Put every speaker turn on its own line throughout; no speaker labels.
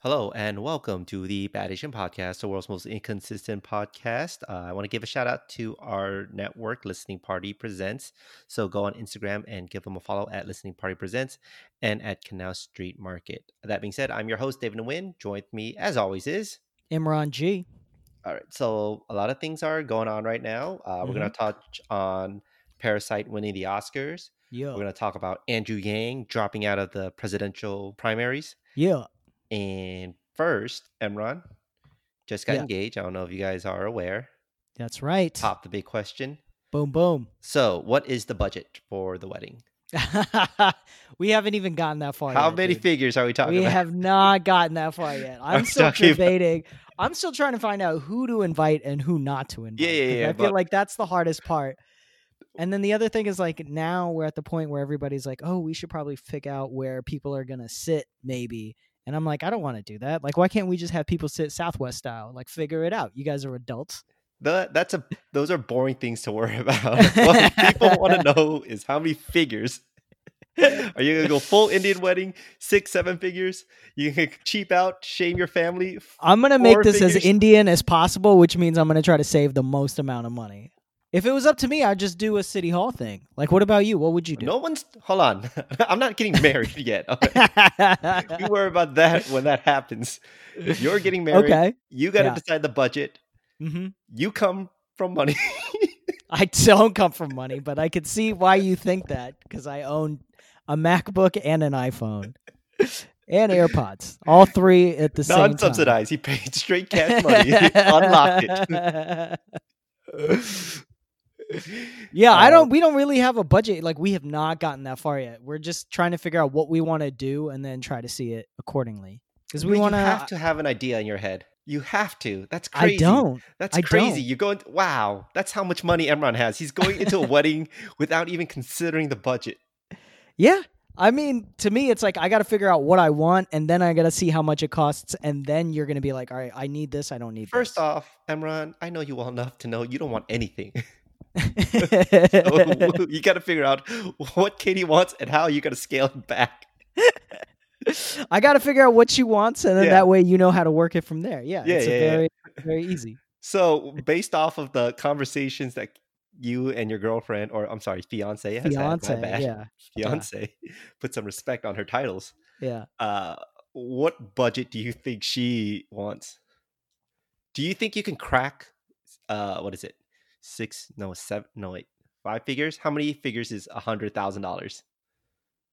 Hello and welcome to the Bad Asian Podcast, the world's most inconsistent podcast. Uh, I want to give a shout out to our network, Listening Party Presents. So go on Instagram and give them a follow at Listening Party Presents and at Canal Street Market. That being said, I'm your host, David Nguyen. Joined me, as always, is.
Imran G.
All right, so a lot of things are going on right now. Uh, We're going to touch on Parasite winning the Oscars. We're
Yeah.
going to talk about Andrew Yang dropping out of the presidential primaries.
Yeah.
And first, Emron just got
Yeah.
engaged. I don't know if you guys are aware.
That's right.
Pop the big question.
Boom, boom.
So, what is the budget for the wedding?
we haven't even gotten that far
How
yet.
many
dude.
figures are we talking
We
about?
have not gotten that far yet. I'm,
I'm
still
talking about-
debating. I'm still trying to find out who to invite and who not to invite.
Yeah, yeah,
'cause
yeah,
I feel
but-
like that's the hardest part. And then the other thing is like now we're at the point where everybody's like, oh, we should probably pick out where people are gonna sit, maybe. And I'm like, I don't want to do that. Like, why can't we just have people sit Southwest style? Like, figure it out. You guys are adults.
Tha- that's a those are boring things to worry about. what people want to know is how many figures. Are you gonna go full Indian wedding, six, seven figures? You can cheap out, shame your family.
I'm gonna make
Four
this as
figures.
Indian as possible, which means I'm gonna try to save the most amount of money. If it was up to me, I'd just do a city hall thing. Like, what about you? What would you do?
No one's hold on. I'm not getting married yet. Okay. you worry about that when that happens. You're getting married.
okay.
You got to
Yeah.
decide the budget.
hmm
You come from money.
I don't come from money, but I could see why you think that because I own a MacBook and an iPhone and AirPods, all three at the same time.
Non subsidized. He paid straight cash money. He unlocked it.
Yeah, I
Uh,
don't. We don't really have a budget. Like we have not gotten that far yet. We're just trying to figure out what we want to do and then try to see it accordingly. Because
but
we
you
want
have
to.
to have an idea in your head. You have to. That's crazy.
I don't.
That's
I
crazy.
don't.
You're going. Wow. That's how much money Emron has. He's going into a wedding without even considering the budget.
Yeah. I mean, to me, it's like I got to figure out what I want, and then I got to see how much it costs, and then you're gonna be like, "All right, I need this. I don't need."
First off, Emron, I know you well enough to know you don't want anything.
off,
you got to figure out what Katie wants and how you got to scale it back.
I got to figure out what she wants, and then
Yeah.
that way you know how to work it from there. Yeah,
Yeah,
it's
yeah,
a
yeah.
very, very easy.
So, based off of the conversations that you and your girlfriend, or I'm sorry, fiance, has had,
Fiance,
my bad,
yeah,
fiance, put some respect on her titles.
yeah.
Uh, what budget do you think she wants? Do you think you can crack? Uh, what is it? Six? No, seven? No, wait, five figures. How many figures is a hundred thousand dollars?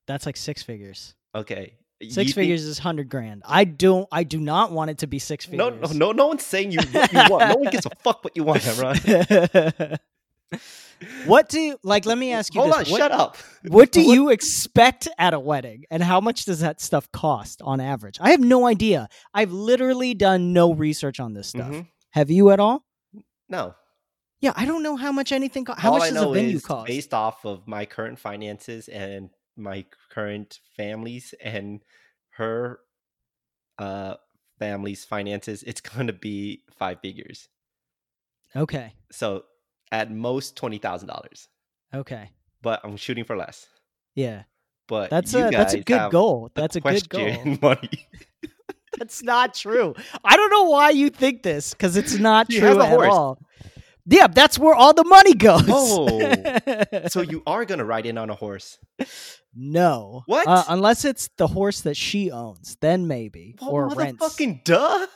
That's like six figures.
Okay, you
Six
think-
figures is hundred grand. I don't. I do not want it to be six
No,
figures.
no, no, no one's saying you what you want. No one gives a fuck what you want, Emron.
no. what do you, like? Let me ask you.
Hold
this.
on,
what,
shut up.
What do
What-
you expect at a wedding, and how much does that stuff cost on average? I have no idea. I've literally done no research on this stuff.
Mhm.
Have you at all?
No.
Yeah, I don't know how much anything. Co- how
All
much
I
does a
know
venue
is
cost?
based off of my current finances and my current families and her uh family's finances, it's going to be five figures.
okay,
So at most twenty thousand dollars,
okay,
but I'm shooting for less.
yeah.
But
That's
you
a that's a
guys
good
have
goal.
the
That's a good
question
goal.
Money.
That's not true. I don't know why you think this because it's not
He
true
has a
at
horse.
all. Yeah, that's where all the money goes.
Oh, so you are going to ride in on a horse?
no.
What?
Uh, unless it's the horse that she owns, then maybe
Well,
or rents.
motherfucking duh.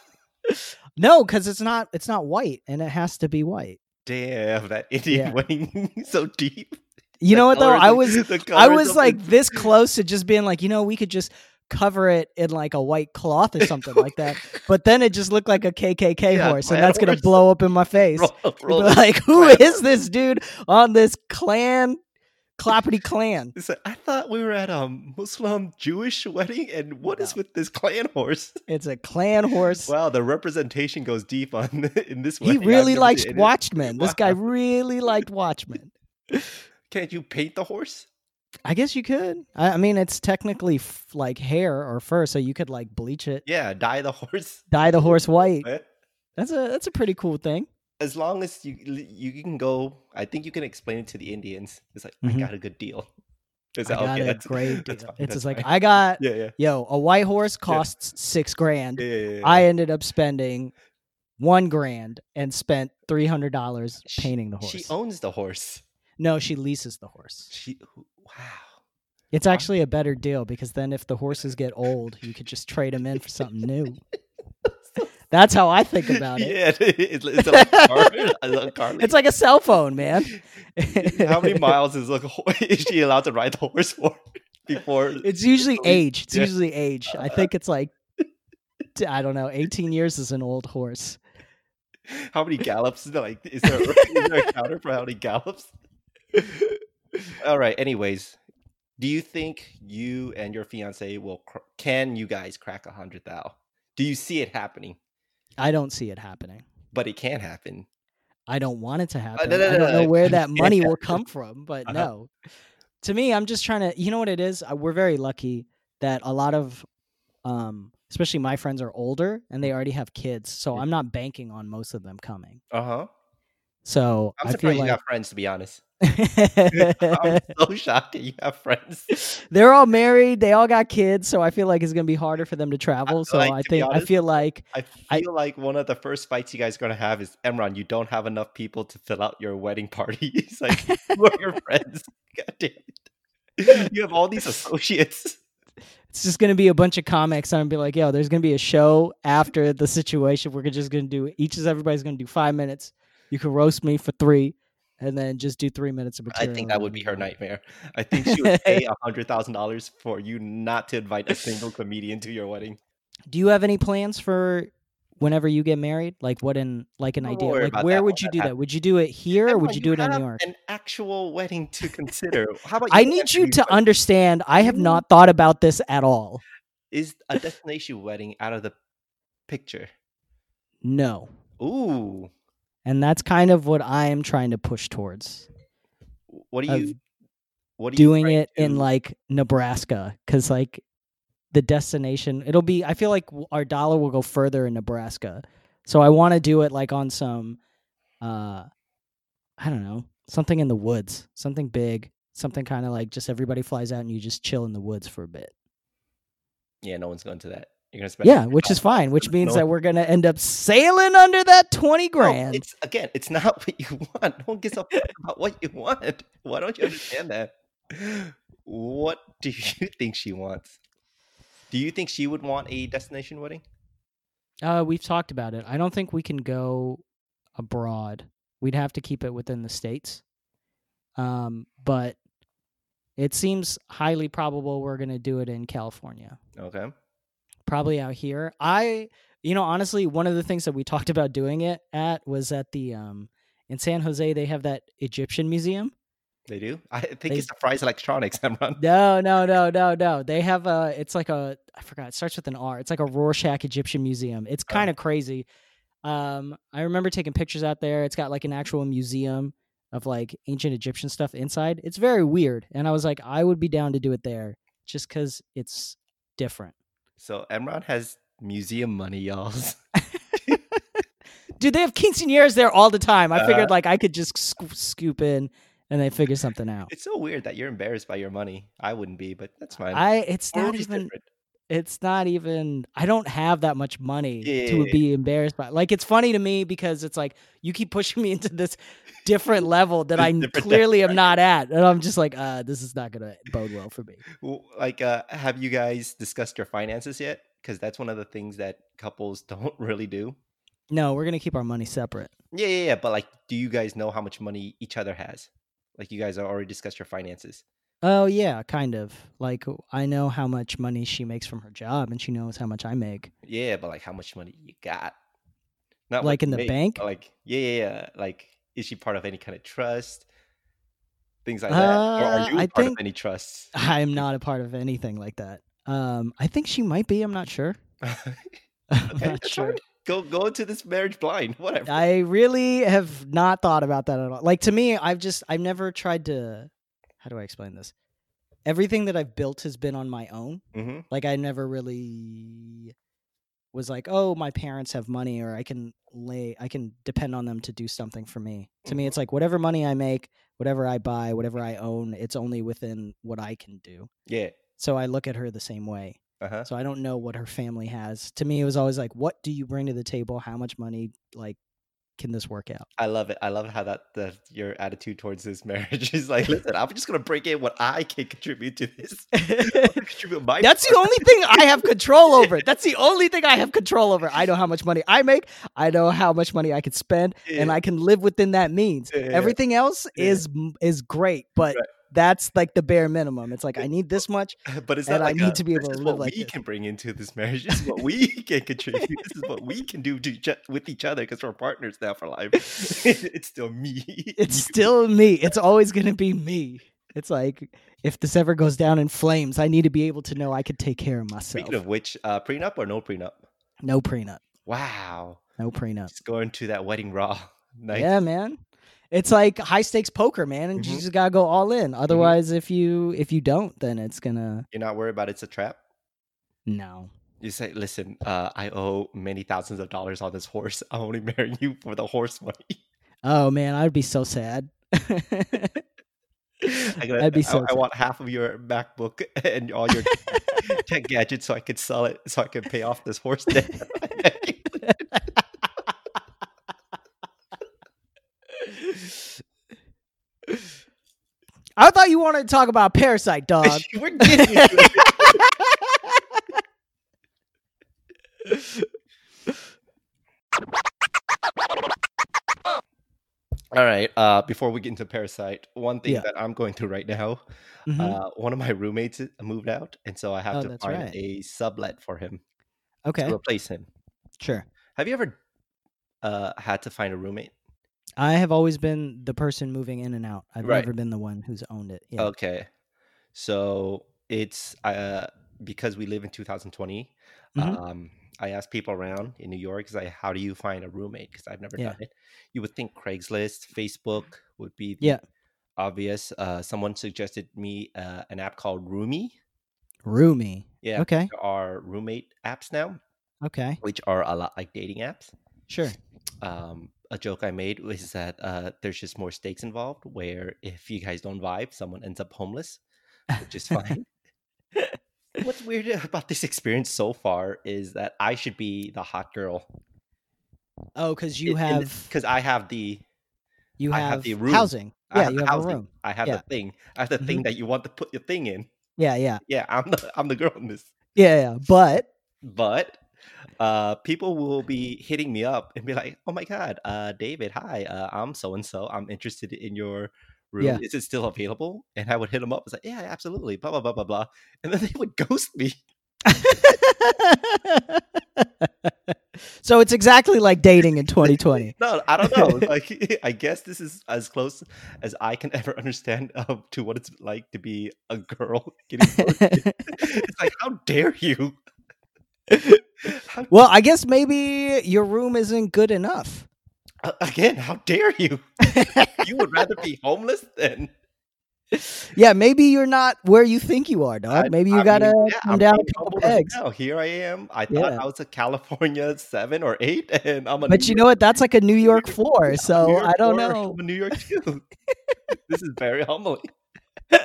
No, because it's not. It's not white, and it has to be white.
Damn, that Indian
Yeah.
wedding so deep.
You know what though? I was I was like this close to just being like, you know, we could just cover it in like a white cloth or something like that. But then it just looked like a KKK
Yeah,
horse, and
plaid
that's gonna
horse.
blow up in my face. You'd be like, who
crap.
is this dude on this clan, clappity clan?
I thought we were at a Muslim Jewish wedding, and what is
No.
with this clan horse?
It's a clan horse.
Wow, the representation goes deep on the, in this
he
wedding. I've
really
never
likes
seen it.
Watchmen. This guy
Wow.
really liked Watchmen.
Can't you paint the horse?
I guess you could. I, I mean, it's technically f- like hair or fur, so you could like bleach it,
Yeah, dye the horse.
dye the horse white.
Eh?
That's a that's a pretty cool thing.
As long as you you can go, I think you can explain it to the Indians. It's like I
Mhm.
got a good deal. Is
I
that
got
okay?
a
That's-
great deal.
that's fine,
It's
that's
just like
fine.
I got
yeah, yeah,
yo a white horse costs six grand.
yeah, yeah, yeah, yeah.
I ended up spending one grand and spent three hundred dollars
She-
painting the horse.
She owns the horse.
no, she leases the horse.
She wow.
It's actually a better deal because then if the horses get old, you could just trade them in for something new. That's how I think about it.
Yeah, it's, it's like car. I love Carly.
It's like a cell phone, man.
how many miles is like is she allowed to ride the horse for before?
It's usually
At least-
age. It's
yeah.
usually age. I think it's like t- I don't know. Eighteen years is an old horse.
How many gallops? Like, is there, is there a counter for how many gallops? All right. Anyways, do you think you and your fiance will? Cr- can you guys crack a hundred thou? Do you see it happening?
I don't see it happening.
But it can happen.
I don't want it to happen.
Uh, no,
I
no,
don't
no,
know where
I
that
understand
money
that.
will come from, but
Uh-huh.
no. To me, I'm just trying to. You know what it is? Uh, We're very lucky that a lot of, um, especially my friends are older and they already have kids, so
Mhm.
I'm not banking on most of them coming.
Uh huh.
So
I'm
I feel
surprised you
like
have friends. To be honest, I'm so shocked that you have friends.
they're all married, they all got kids, so I feel like it's gonna be harder for them to travel. so
like,
I
to be
think I
honest,
feel like
I
I-
feel like one of the first fights you guys are going to have is Emron. You don't have enough people to fill out your wedding party. He's like, who are your friends? God damn it! You have all these associates.
it's just gonna be a bunch of comics. I'm gonna be like, yo, there's gonna be a show after the situation. We're just gonna do each is everybody's gonna do five minutes. You can roast me for three, and then just do three minutes
I
of material.
think
and
that
then
would be
move
her
on.
nightmare. I think she would pay a hundred thousand dollars for you not to invite a single comedian to your wedding.
Do you have any plans for whenever you get married? Like what in like an
Don't
idea?
worry
Like
about
where
that.
would
Let
you
that
do that?
happen.
Would you do it here or
Emron,
would you do it in
have
New York?
An actual wedding to consider. How about
I
you
need
answer
you
these
to
questions?
understand I have
Mm.
not thought about this at all.
Is a destination wedding out of the picture?
No.
Ooh,
And that's kind of what I am trying to push towards.
what do
Of
you? What do you
doing
trying
it in
to-
like Nebraska because like the destination it'll be I feel like w- our dollar will go further in Nebraska, so I want to do it like on some, uh, I don't know something in the woods, something big, something kind of like just everybody flies out and you just chill in the woods for a bit.
Yeah, no one's going to that. You're gonna spend.
Yeah, which is fine, which means that we're gonna end up sailing under that twenty
No,
grand.
it's again, it's not what you want. No one gives a fuck about what you want. Why don't you understand that? What do you think she wants? Do you think she would want a destination wedding?
Uh, we've talked about it. I don't think we can go abroad. We'd have to keep it within the states. Um, but it seems highly probable we're going to do it in California,
Okay.
probably out here. I, you know, honestly, one of the things that we talked about doing it at was at the um in San Jose they have that Egyptian museum.
They do. I think
They-
it's the Fry's Electronics, Emron.
No, no, no, no, no. They have a. It's like a. I forgot. It starts with an R. It's like a Rorschach Egyptian museum. It's
Oh.
kind of crazy. Um, I remember taking pictures out there. It's got like an actual museum of like ancient Egyptian stuff inside. It's very weird, and I was like, I would be down to do it there just because it's different.
So Emron has museum money, y'all.
Dude, they have quinceañeras there all the time. I
Uh-huh.
figured like I could just sc- scoop in and they figure something out.
It's so weird that you're embarrassed by your money. I wouldn't be, but that's fine.
I it's not
Everybody's
even
different.
it's not even I don't have that much money
Yeah, yeah,
to
yeah.
be embarrassed by. Like it's funny to me because it's like you keep pushing me into this different level that
This
I
different level,
clearly am
right.
not at. And I'm just like, uh, this is not gonna bode well for me.
Well, like uh have you guys discussed your finances yet because that's one of the things that couples don't really do
No, we're gonna keep our money separate.
yeah yeah yeah but like do you guys know how much money each other has like you guys already discussed your finances
Oh yeah, kind of. Like I know how much money she makes from her job and she knows how much I make.
yeah but like how much money you got not what
Like in
you
the
make,
bank?
but, like yeah yeah yeah like is she part of any kind of trust things like that or
Uh,
are you
I
part of
think-
any trusts
I'm not a part of anything like that. Um I think she might be, I'm not sure. I'm
Okay,
not
that's
sure.
fine. go go into this marriage blind whatever
I really have not thought about that at all. Like to me, I've just I've never tried to how do I explain this? Everything that I've built has been on my own.
hmm
Like I never really was like, "Oh, my parents have money or I can lay I can depend on them to do something for me." To me, it's like whatever money I make, whatever I buy, whatever I own, it's only within what I can do.
Yeah.
So I look at her the same way.
Uh huh.
So I don't know what her family has. To me, it was always like, what do you bring to the table? How much money, like, can this work out?
I love it. I love how that the, your attitude towards this marriage is like, listen, I'm just gonna bring in what I can contribute to this. I'm gonna contribute my
That's the
part.
only thing I have control over. That's the only thing I have control over. I know how much money I make. I know how much money I can spend, and
Yeah.
I can live within that means.
Yeah, yeah, yeah.
Everything else
Yeah.
is is great, but
Right.
that's like the bare minimum. It's like I need this much.
but it's
and
not
I
like
need
a,
to be
this
able to
is
live
what
like
we
this.
can bring into this marriage. This is what we can contribute. This is what we can do to each, with each other because we're partners now for life. it's still me.
It's still me. It's always going to be me. It's like if this ever goes down in flames, I need to be able to know I could take care of myself.
Speaking of which, uh, prenup or no prenup?
no prenup.
Wow,
No prenup.
just going to that wedding raw. Nice.
Yeah, man. It's like high stakes poker, man, and you
Mhm.
just gotta go all in. Otherwise, if you if you don't, then it's gonna
You're not worried about it's a trap.
no.
You say, listen, uh, I owe many thousands of dollars on this horse. I'm only marrying you for the horse money.
Oh man, I'd be so sad.
I gotta-
I'd be
I-
so
I,
sad.
want half of your MacBook and all your tech gadgets so I could sell it so I could pay off this horse debt.
I thought you wanted to talk about Parasite, dog.
We're getting into it. All right. Uh, before we get into Parasite, one thing
Yeah.
that I'm going through right now,
Mhm.
uh, one of my roommates i- moved out, and so I have
Oh,
to
that's
find
right.
a sublet for him
okay,
to replace him.
sure.
Have you ever uh, had to find a roommate?
I have always been the person moving in and out. I've
Right. Oh.
never been the one who's owned it. Yeah.
Okay. So it's uh, because we live in 2020.
Mhm.
Um, I asked people around in New York, it's like, how do you find a roommate? Because I've never
Yeah.
done it. You would think Craigslist, Facebook would be the
Yeah.
obvious. Uh, someone suggested me uh, an app called Roomy.
Roomy.
Yeah.
Okay.
There are roommate apps now,
Okay.
which are a lot like dating apps.
Sure.
Um, a joke I made was that uh, there's just more stakes involved, where if you guys don't vibe, someone ends up homeless, which is fine. What's weird about this experience so far is that I should be the hot girl.
Oh, because you have
because I have the
you
I
have,
have the room.
housing.
I
Yeah,
have
you
the
have
housing.
a room.
I have
Yeah. Mm-hmm.
the thing. I have the thing that you want to put your thing in.
Yeah, yeah,
Yeah, I'm the I'm the girl in this.
yeah, yeah. But
But uh people will be hitting me up and be like, "Oh my god, uh David, hi. Uh I'm so and so. I'm interested in your room.
Yeah.
Is it still available?" And I would hit them up. It's like, "Yeah, absolutely. blah blah blah blah blah." And then they would ghost me.
so it's exactly like dating in 2020.
No, I don't know. Like, I guess this is as close as I can ever understand uh, to what it's like to be a girl getting. ghosted. it's like, how dare you? How,
well, I guess maybe your room isn't good enough.
uh, again, how dare you? You would rather be homeless than
yeah, maybe you're not where you think you are, dog.
I-
Maybe you
I mean,
gotta
yeah,
come
I'm
down
being
a couple
humble right
pegs.
now. Here I am. I thought
Yeah.
I was a California seven or eight, and I'm a.
But
New
you
York-
know what? That's like a New York
York-
four. So
New York
I don't
four,
know.
I'm a New York too. this is very humbling.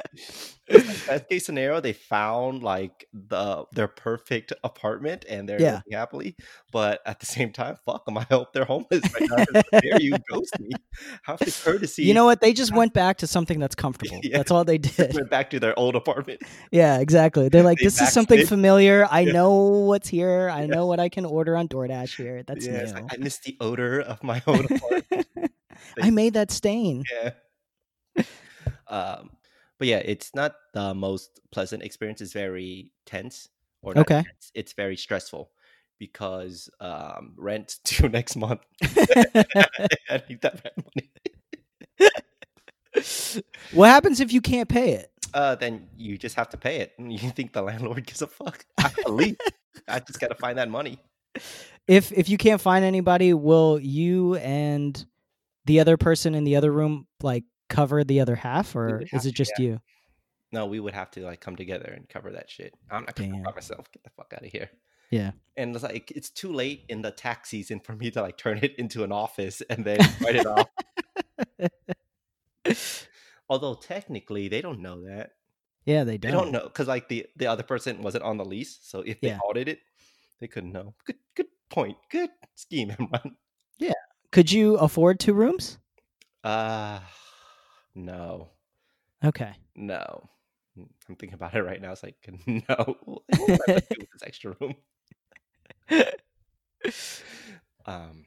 It's like best case scenario, they found like the their perfect apartment and they're
Yeah.
living happily. But at the same time, fuck them. I hope they're homeless right now. 'cause how dare you ghost me? Have the courtesy.
You know what? They just went back to something that's comfortable.
Yeah.
That's all they did.
went back to their old apartment.
Yeah, exactly. They're like,
They
this is something
backslid.
familiar. I
Yeah.
know what's here. I
Yeah.
know what I can order on DoorDash here. That's
yeah, it's
new.
like, I miss the odor of my old apartment.
I made that stain.
yeah. Um, but yeah, it's not the most pleasant experience. It's very tense, or not
Okay.
tense, it's very stressful because um, rent due next month. I need that rent money.
what happens if you can't pay it?
Uh, then you just have to pay it. You think the landlord gives a fuck? I believe. I just got to find that money.
If if you can't find anybody, will you and the other person in the other room like cover the other half,
would
or
have
is it
to,
just you?
No, we would have to like come together and cover that shit. I'm not gonna
Damn.
by myself. Get the fuck out of here.
Yeah.
And it's like it's too late in the tax season for me to like turn it into an office and then write it off. Although technically they don't know that.
Yeah, they
They
don't.
don't know because like the the other person wasn't on the lease, so if they
Yeah.
audit it, they couldn't know. Good good point. Good scheme, Imran.
Could you afford two rooms?
Uh no,
Okay.
no. Mm, I'm thinking about it right now. It's like no. What would I do with this extra room. um,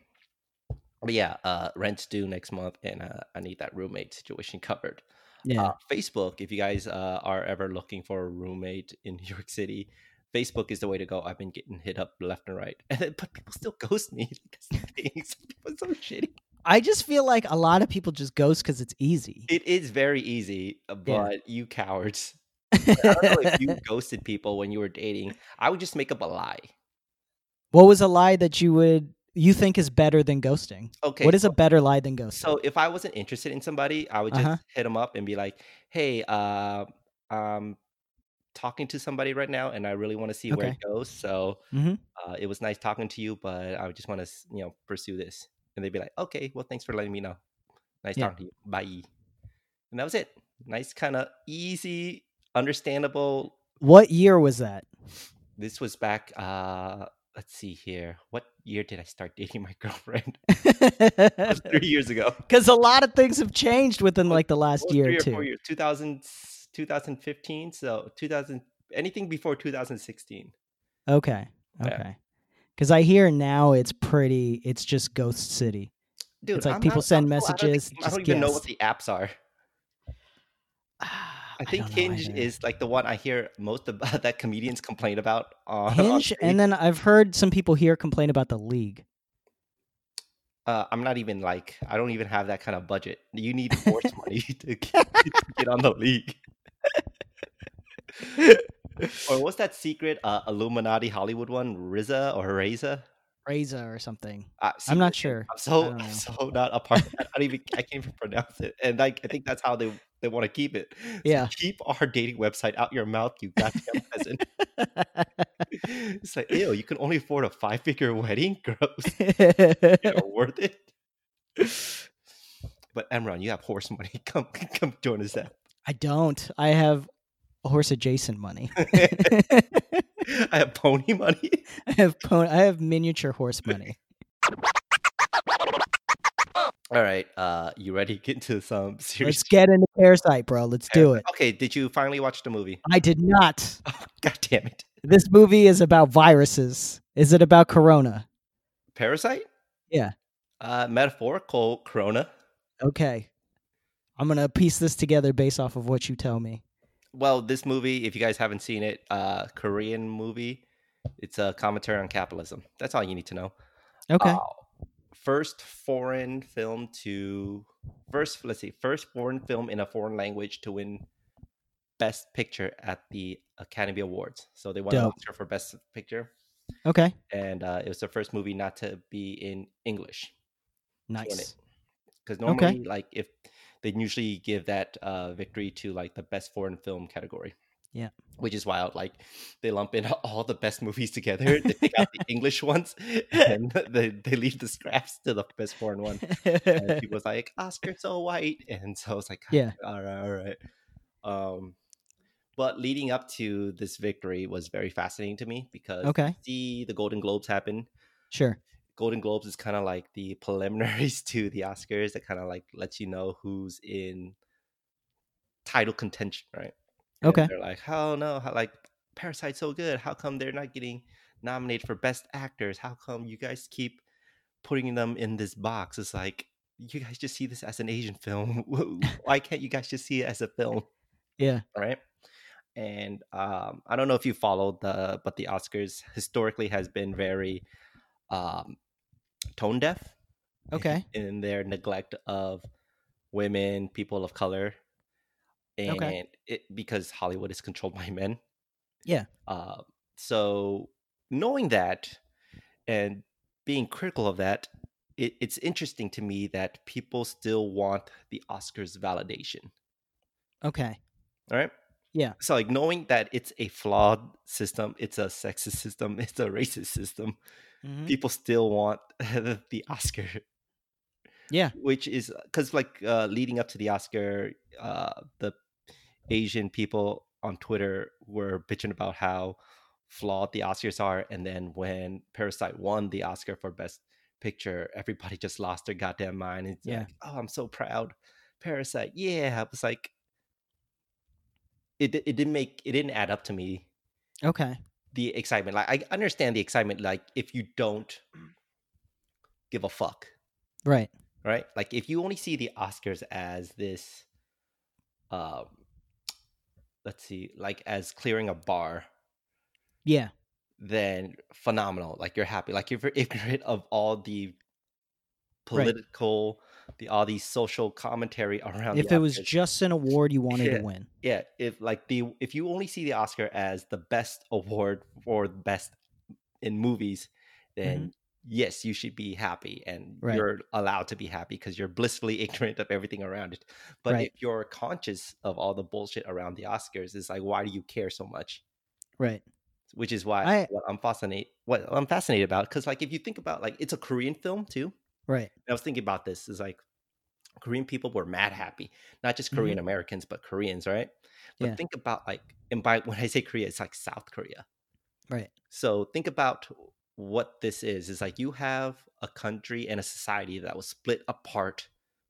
but yeah, uh, rent's due next month, and uh, I need that roommate situation covered.
Yeah.
Uh, Facebook, if you guys uh, are ever looking for a roommate in New York City, Facebook is the way to go. I've been getting hit up left and right, and then, but people still ghost me. That's the thing. Some People are so shitty.
I just feel like a lot of people just ghost because it's easy.
It is very easy, uh, but you cowards. I don't know if you ghosted people when you were dating. I would just make up a lie.
what was a lie that you would you think is better than ghosting?
Okay.
what is a better lie than ghosting?
So if I wasn't interested in somebody, I would just
Uh-huh.
hit them up and be like, "Hey, uh, I'm talking to somebody right now, and I really want to see where it
Okay.
goes. So
Mhm.
uh, it was nice talking to you, but I just want to, you know, pursue this." And they'd be like, "Okay, well, thanks for letting me know. Nice
Yeah.
talking to you. Bye." And that was it. Nice, kind of easy, understandable.
what year was that?
This was back. uh Let's see here. What year did I start dating my girlfriend? It was three years ago.
Because a lot of things have changed within like the last
Well,
year
three or
or
four
two.
years 2000 2015 so 2000 anything before 2016
Okay.
Yeah.
Okay. Because I hear now it's pretty. It's just Ghost City.
dude
It's like
I'm not-
people send
I don't know- i don't,
messages,
think- I don't
just
even know what
guess.
the apps are
Ah,
i think
don't know
hinge
either.
is like the one i hear most about that comedians complain about on on
Hinge,
stage.
and then I've heard some people here complain about the league.
uh, i'm not even like i don't even have that kind of budget you need force money to get, to get on the league or what's that secret uh, illuminati hollywood one riza or Reza?
Reza or something.
Uh,
I'm not
secret-
sure.
I'm so
don't know.
I'm so not a part. Of that. I don't even I can't even pronounce it. And like I think that's how they they want to keep it. So
Yeah.
keep our dating website out your mouth, you goddamn peasant. it's like ew. You can only afford a five figure wedding. Gross. You know, worth it. But Emron, you have horse money. Come come join us. That
I don't. I have horse adjacent money.
I have pony money.
I have pon- I have miniature horse money.
All right. Uh, you ready to get into some serious?
Let's get into Parasite, bro. Let's do it.
Okay. Did you finally watch the movie?
I did not.
God damn it.
This movie is about viruses. Is it about corona?
Parasite?
Yeah.
Uh, metaphorical corona.
Okay. I'm going to piece this together based off of what you tell me.
Well, this movie, if you guys haven't seen it, uh, Korean movie. It's a commentary on capitalism. That's all you need to know.
Okay.
Uh, first foreign film to first let's see, first foreign film in a foreign language to win Best Picture at the Academy Awards. So they won an
Dope.
Oscar for Best Picture,
okay.
and uh, it was the first movie not to be in English.
Nice.
because
Okay.
normally like if they usually give that uh victory to like the best foreign film category
Yeah.
which is wild like they lump in all the best movies together they pick out the english ones and they, they leave the scraps to the best foreign one and people was like oscar's so white and so it's like
Yeah.
all right all right um but leading up to this victory was very fascinating to me because
okay.
see the golden globes happen
Sure.
Golden Globes is kind of like the preliminaries to the Oscars that kind of like lets you know who's in title contention, right? And
Okay.
They're like, oh no, how, like Parasite's so good. How come they're not getting nominated for Best Actors? How come you guys keep putting them in this box? It's like, you guys just see this as an Asian film. Why can't you guys just see it as a film?
Yeah.
right? And um, I don't know if you followed the, but the Oscars historically has been very um, tone deaf. in-
Okay.
In, their neglect of women, people of color, and
Okay.
it, because Hollywood is controlled by men.
Yeah.
Uh, so knowing that and being critical of that, it, it's interesting to me that people still want the Oscars validation.
Okay.
All right.
Yeah.
So like knowing that it's a flawed system, it's a sexist system, it's a racist system,
Mhm.
people still want the Oscar
Yeah.
which is because like uh, leading up to the Oscar, uh, the Asian people on Twitter were bitching about how flawed the Oscars are, and then when Parasite won the Oscar for Best Picture, everybody just lost their goddamn mind. It's
Yeah.
like, oh, I'm so proud, Parasite. Yeah, I was like, it di- it didn't make it didn't add up to me
Okay.
the excitement. Like I understand the excitement, like if you don't give a fuck
Right.
right? Like if you only see the Oscars as this, um, let's see, like as clearing a bar,
Yeah.
then phenomenal. Like you're happy. Like if you're ignorant of all the
Right.
political, the all the social commentary around.
If
the
it was
Oscars.
just an award you wanted
Yeah.
to win.
yeah, if like the if you only see the Oscar as the best award for best in movies, then. Yes, you should be happy, and
Mm-hmm. Right.
you're allowed to be happy because you're blissfully ignorant of everything around it. But
Right.
if you're conscious of all the bullshit around the Oscars, it's like, why do you care so much?
Right.
Which is why
I-
what I'm fascinated what I'm fascinated about because like if you think about like it's a Korean film too.
Right.
I was thinking about this is like Korean people were mad happy, not just Korean Americans, but Koreans, right? But
Yeah.
think about like, and by when I say Korea, it's like South Korea.
Right.
So think about what this is. It's like you have a country and a society that was split apart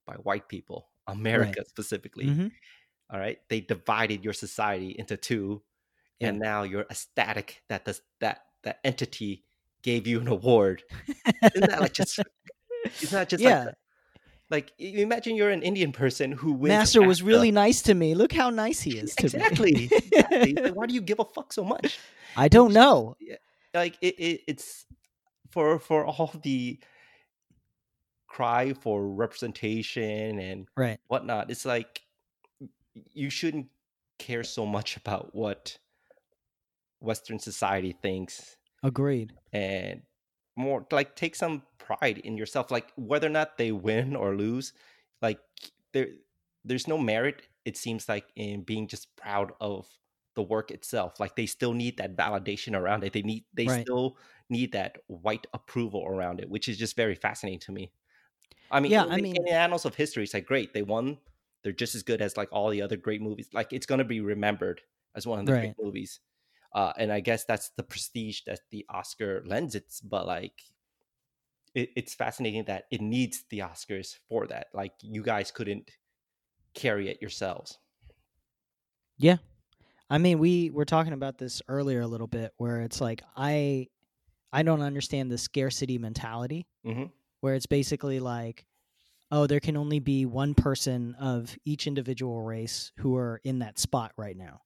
by white people, America specifically.
Mhm.
All right. They divided your society into two. And now you're ecstatic that this, that that entity gave you an award. Isn't that like just it's not just like,
yeah.
the- like y- you imagine you're an Indian person who wins. an
Master was
AFTA.
really nice to me. Look how nice he is to
exactly.
me.
exactly. It's like, why do you give a fuck so much?
I don't know.
Like it, it, it's for for all the cry for representation and
Right.
whatnot. It's like y- you shouldn't care so much about what Western society thinks
Agreed.
and more like take some pride in yourself like whether or not they win or lose like there there's no merit it seems like in being just proud of the work itself like they still need that validation around it they need they
Right.
still need that white approval around it which is just very fascinating to me i mean
Yeah,
in
I
the-
mean-
in the annals of history it's like great they won they're just as good as like all the other great movies like it's going to be remembered as one of the great
Right.
movies uh, and I guess that's the prestige that the Oscar lends it. But like, it, it's fascinating that it needs the Oscars for that. Like, you guys couldn't carry it yourselves.
I mean, we were talking about this earlier a little bit where it's like I I don't understand the scarcity mentality
Mhm.
where it's basically like oh, there can only be one person of each individual race who are in that spot right now.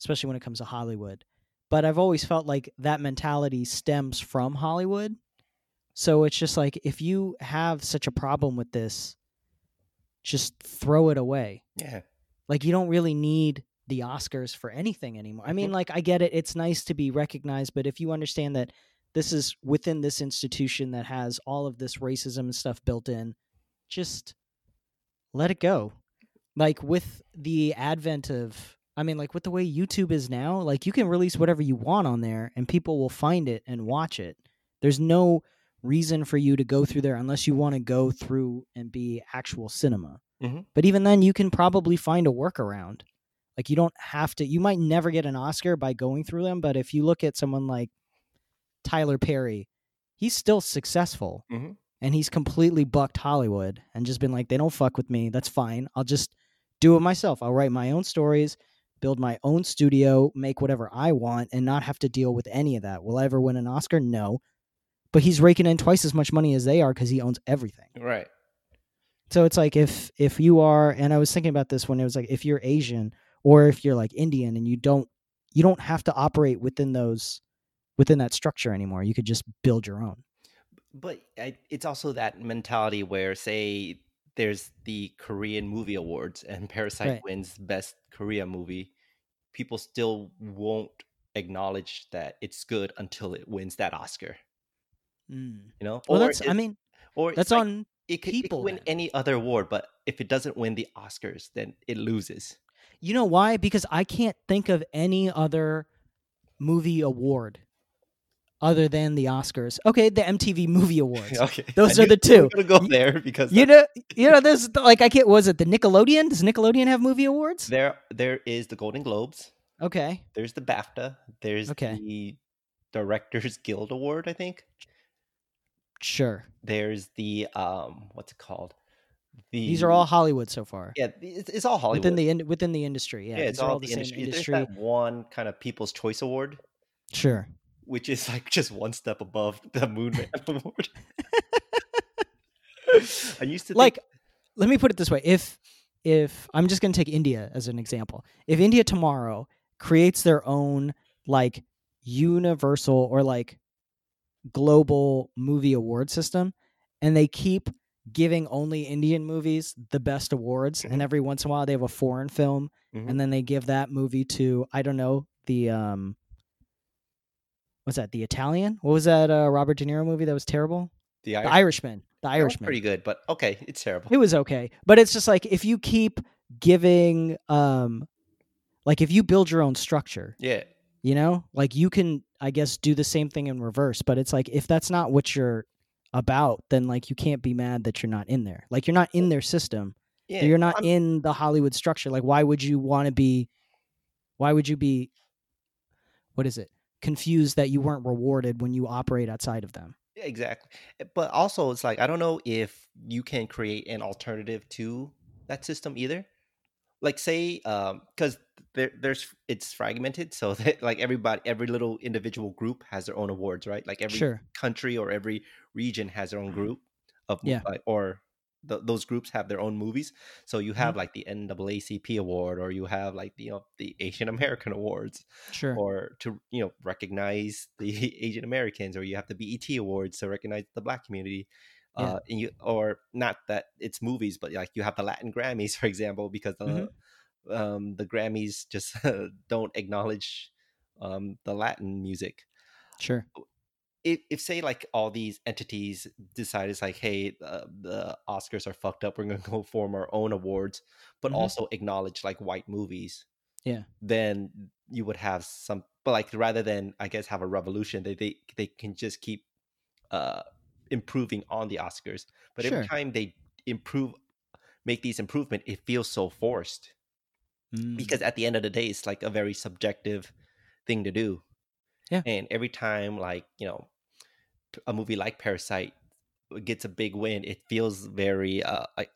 Especially when it comes to Hollywood. But I've always felt like that mentality stems from Hollywood. So it's just like if you have such a problem with this, just throw it away.
Yeah,
Like you don't really need the Oscars for anything anymore. I mean, like I get it, it's nice to be recognized, but if you understand that this is within this institution that has all of this racism and stuff built in, just let it go. Like with the advent of I mean, like with the way YouTube is now, like you can release whatever you want on there and people will find it and watch it. There's no reason for you to go through there unless you want to go through and be actual cinema.
Mhm.
But even then, you can probably find a workaround. Like you don't have to. You might never get an Oscar by going through them, but if you look at someone like Tyler Perry, he's still successful,
Mhm.
and he's completely bucked Hollywood and just been like, they don't fuck with me. That's fine. I'll just do it myself. I'll write my own stories, build my own studio, make whatever I want, and not have to deal with any of that. Will I ever win an Oscar? No, but he's raking in twice as much money as they are because he owns everything.
right.
So it's like if if you are, and I was thinking about this when it was like if you're Asian or if you're like Indian and you don't you don't have to operate within those within that structure anymore. You could just build your own.
But I, it's also that mentality where, say, there's the Korean Movie Awards and Parasite
Right.
wins Best Korea Movie. People still won't acknowledge that it's good until it wins that Oscar. You know, Mm. Or
Well, that's I
it-
mean
or it's
that's
like-
on
it could, it could
people
win
then.
any other award, but if it doesn't win the Oscars, then it loses.
you know why because I can't think of any other movie award other than the Oscars. Okay, the MTV Movie Awards.
okay.
Those
I
are
knew
the
you were
two.
gonna go there because
You
that-
know, you know, there's like I can't. Was it the Nickelodeon? Does Nickelodeon have movie awards?
there there is the Golden Globes.
Okay,
There's the BAFTA. There's
Okay.
the Directors Guild Award. I think
sure.
there's the um what's it called? The,
These are all Hollywood so far.
yeah. It's, it's all Hollywood.
Within the in, within the industry, yeah,
yeah, it's
these are
all,
all
the,
the, same
industry.
industry.
There's that one kind of People's Choice Award,
Sure.
which is like just one step above the Moon Man Award. I used to think,
like let me put it this way if if i'm just going to take india as an example if india tomorrow creates their own like universal or like global movie award system and they keep giving only indian movies the best awards
Mm-hmm.
and every once in a while they have a foreign film
Mhm.
and then they give that movie to i don't know the um what's that the italian what was that uh, robert de niro movie that was terrible
the
the
Irish,
irishman the
that was
irishman
pretty good, but okay, it's terrible.
it was okay but it's just like if you keep giving um like if you build your own structure
yeah,
you know like you can i guess do the same thing in reverse but it's like if that's not what you're about then like you can't be mad that you're not in there like you're not in their system
yeah,
you're not
I'm-
in the hollywood structure like why would you want to be why would you be what is it confused that you weren't rewarded when you operate outside of them
Yeah, Exactly. Uh, But also, it's like, I don't know if you can create an alternative to that system either. Like, say, because there, there's it's fragmented, so that like everybody, every little individual group has their own awards, right? Like every
sure Mm-hmm.
country or every region has their own group of mo-
Yeah.
like, or th- those groups have their own movies. So
Mm-hmm.
you have like the NAACP award, or you have like you know the Asian American awards,
sure
or to you know recognize the Asian Americans, or you have the BET Awards to recognize the Black community,
Yeah.
uh, and you or not that it's movies, but like you have the Latin Grammys, for example, because the
Mhm.
um, the Grammys just don't acknowledge um, the Latin music.
sure
If, if say like all these entities decide it's like, hey, uh, the Oscars are fucked up, we're gonna go form our own awards, but
Mhm.
also acknowledge like white movies
yeah
then you would have some but like rather than i guess have a revolution they they, they can just keep uh improving on the oscars but every
Sure.
time they improve make these improvement it feels so forced
Mm.
because at the end of the day it's like a very subjective thing to do
Yeah.
and every time like you know p- a movie like parasite gets a big win it feels very uh like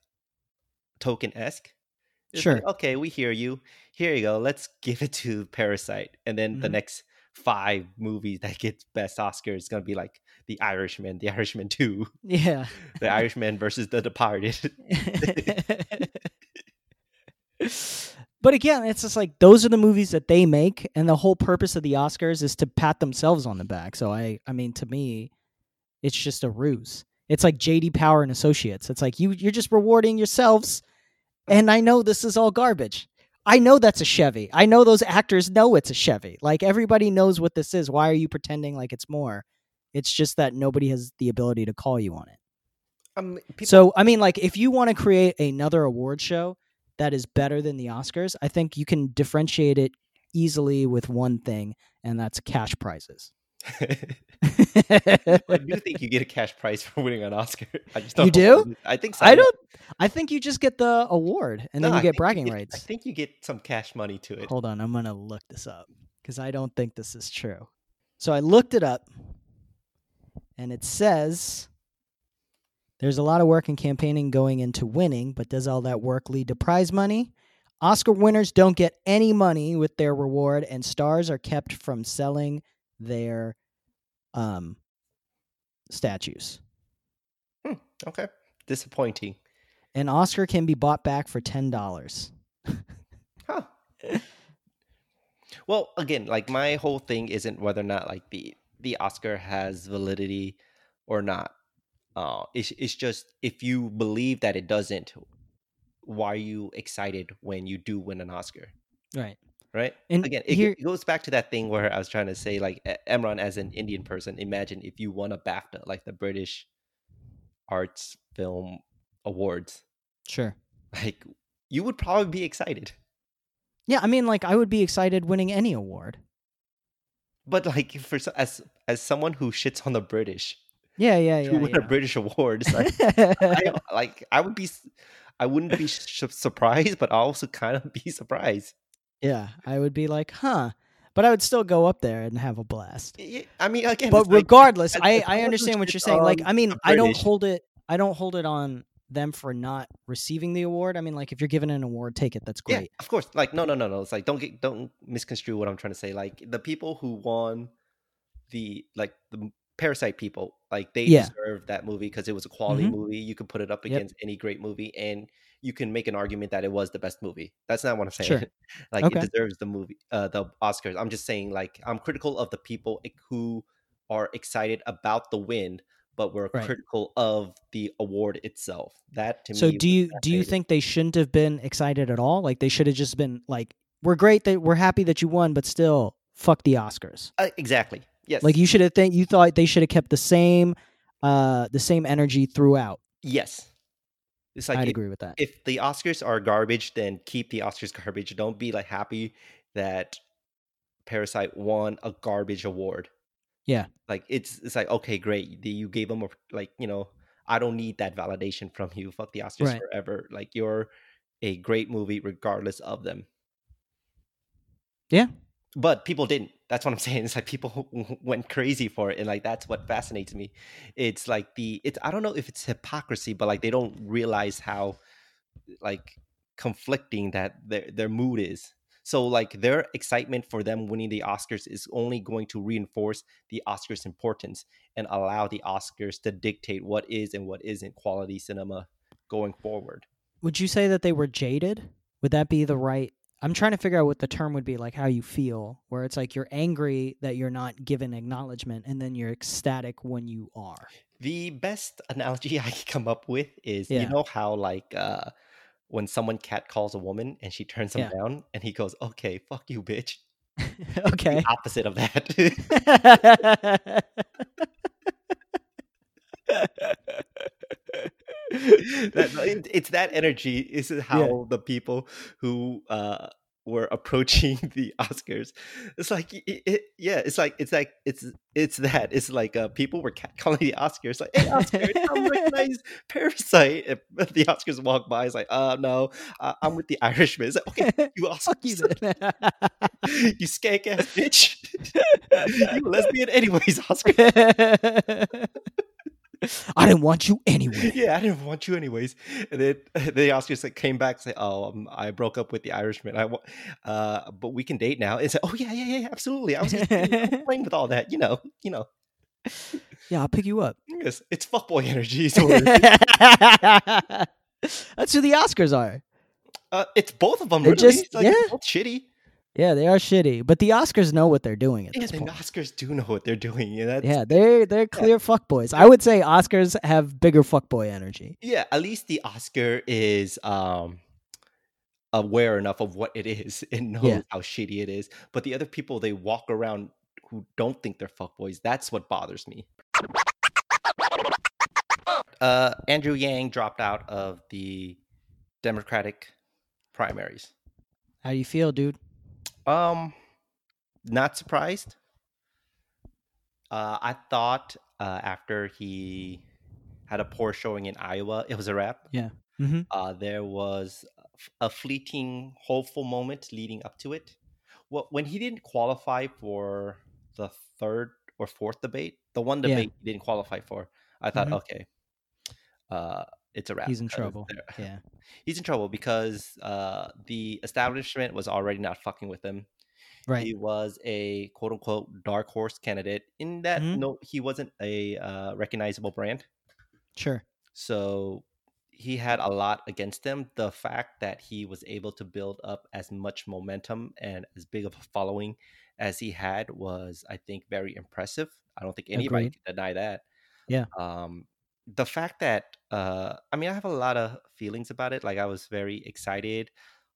token-esque It's like,
Sure.
okay we hear you here you go let's give it to parasite and then the
Mhm.
next five movies that gets best oscar is going to be like the irishman the irishman 2
yeah
the irishman versus the departed
but again, it's just like those are the movies that they make, and the whole purpose of the Oscars is to pat themselves on the back. So I, I mean, to me, it's just a ruse. It's like JD Power and Associates. It's like you, you're just rewarding yourselves. And I know this is all garbage. I know that's a Chevy. I know those actors know it's a Chevy. Like everybody knows what this is. Why are you pretending like it's more? It's just that nobody has the ability to call you on it.
um, people,
So I mean, like, if you want to create another award show that is better than the Oscars, I think you can differentiate it easily with one thing, and that's cash prizes.
I do think you get a cash prize for winning an Oscar. I just don't
You
know if
do?
it is. I think so.
I
yeah.
don't. I think you just get the award, and
No,
then
I
you get
think
bragging
get- I
rights. Oh.
think you get some cash money to it.
Hold on, I'm gonna look this up because I don't think this is true. So I looked it up, and it says there's a lot of work and campaigning going into winning, but does all that work lead to prize money? Oscar winners don't get any money with their reward, and stars are kept from selling their um, statues.
Okay. Disappointing.
An Oscar can be bought back for ten dollars.
Huh. well, again, like my whole thing isn't whether or not like the the Oscar has validity or not. Uh, it's it's just if you believe that it doesn't, why are you excited when you do win an Oscar?
Right.
right?
And
Again, it,
Mm-hmm. here-
it goes back to that thing where I was trying to say, like, E- Emron as an Indian person, imagine if you won a BAFTA, like the British Arts Film Awards,
Sure.
like, you would probably be excited.
Yeah, I mean, like I would be excited winning any award.
but like for so- as as someone who shits on the British,
Yeah, Uh, yeah,
to win a
yeah.
British award, it's like,
yeah.
I, like I would be, s- I wouldn't be sh- surprised, but I also kind of be surprised.
yeah, I would be like, huh. But I would still go up there and have a blast.
Y- y- I mean, again,
but
it's like-
regardless,
as-
I,
as
I
someone
understand
who
what you're
shits
saying. Like,
on
I mean,
the
I don't
um, British-
hold it. I don't hold it on them for not receiving the award. I mean, like, if you're given an award, take it. That's
yeah,
great.
of course. Like, no, no, no, no. It's like don't get don't misconstrue what I'm trying to say. Like the people who won the like the Parasite people, like they
Yeah.
deserve that movie because it was a quality
Mhm.
movie. You could put it up
Yep.
against any great movie, and you can make an argument that it was the best movie. That's not what I'm saying.
Sure.
like
Okay.
it deserves the movie, uh, the Oscars. I'm just saying, like I'm critical of the people e, who are excited about the win, but were
Right.
critical of the award itself. That to
So
me,
do
was
you do you
fascinating.
think they shouldn't have been excited at all? Like, they should have just been like, we're great that we're happy that you won, but still, fuck the Oscars.
Uh, exactly? Yes.
Like, you should have think you thought they should have kept the same, uh, the same energy throughout.
Yes. It's like
I'd
if,
agree with that.
if the Oscars are garbage, then keep the Oscars garbage. Don't be like happy that Parasite won a garbage award.
Yeah.
Like it's it's like okay, great. the- You gave them a like, you know, I don't need that validation from you. Fuck the Oscars
Right.
forever. Like you're a great movie regardless of them.
Yeah.
But people didn't. That's what I'm saying. It's like people went crazy for it, and like that's what fascinates me it's like the it's i don't know if it's hypocrisy but like they don't realize how like conflicting that their their mood is so like their excitement for them winning the oscars is only going to reinforce the oscars importance and allow the oscars to dictate what is and what isn't quality cinema going forward
would you say that they were jaded? Would that be the right? I'm trying to figure out what the term would be, like how you feel, where it's like you're angry that you're not given acknowledgement, and then you're ecstatic when you are.
the best analogy i can come up with is
Yeah.
you know how like uh when someone catcalls a woman and she turns him
Yeah.
down and he goes okay fuck you bitch
okay.
the opposite of that that, it- it's that energy. This is how the people who uh, were approaching the Oscars. It's like, y- y- it- yeah, it's like, it's like, it's, it's that. It's like uh, people were calling the Oscars, like, hey, Oscars, I'm recognize Parasite. If the Oscars walk by, it's like, uh, no, uh, I'm with the Irishman. It's like, okay, you Oscars,
Fuck you then.
you skank ass bitch. you lesbian, anyways, Oscar.
I didn't want you anyway.
yeah, I didn't want you anyways. And then the Oscars like came back say, "Oh, um, I broke up with the Irishman. I, wa- uh, but we can date now." It's like, "Oh yeah, yeah, yeah, yeah, absolutely." I was just playing with all that, you know, you know.
yeah, I'll pick you up.
Yes, it's fuckboy energy. It's, weird.
That's who the Oscars are.
uh, it's both of them.
They're
Really.
just-
It's like, they're
yeah.
both shitty.
Yeah, they are shitty, but the Oscars know what they're doing at
Yeah,
this
the
point.
Oscars do know what they're doing. Yeah, that's,
Yeah, they're they're clear fuckboys. I would say Oscars have bigger fuckboy energy.
yeah. At least the Oscar is um aware enough of what it is and knows how shitty it is. But the other people they walk around who don't think they're fuckboys, that's what bothers me. Uh, Andrew Yang dropped out of the Democratic primaries.
How do you feel, dude?
Um, not surprised. Uh, I thought uh, after he had a poor showing in Iowa, it was a wrap.
Mm-hmm.
Uh, there was a f- a fleeting hopeful moment leading up to it. Well, when he didn't qualify for the third or fourth debate, the one
Yeah.
debate he didn't qualify for, I thought,
Mhm.
okay, uh, it's a wrap.
He's in
'cause
trouble.
there-
Yeah.
He's in trouble because uh, the establishment was already not fucking with him.
Right.
He was a quote unquote dark horse candidate in that
Mhm.
no, he wasn't a uh, recognizable brand.
sure.
So he had a lot against him. The fact that he was able to build up as much momentum and as big of a following as he had was, I think, very impressive. I don't think anybody
Agreed.
can deny that.
Yeah.
Um, the fact that uh, I mean, I have a lot of feelings about it. Like I was very excited,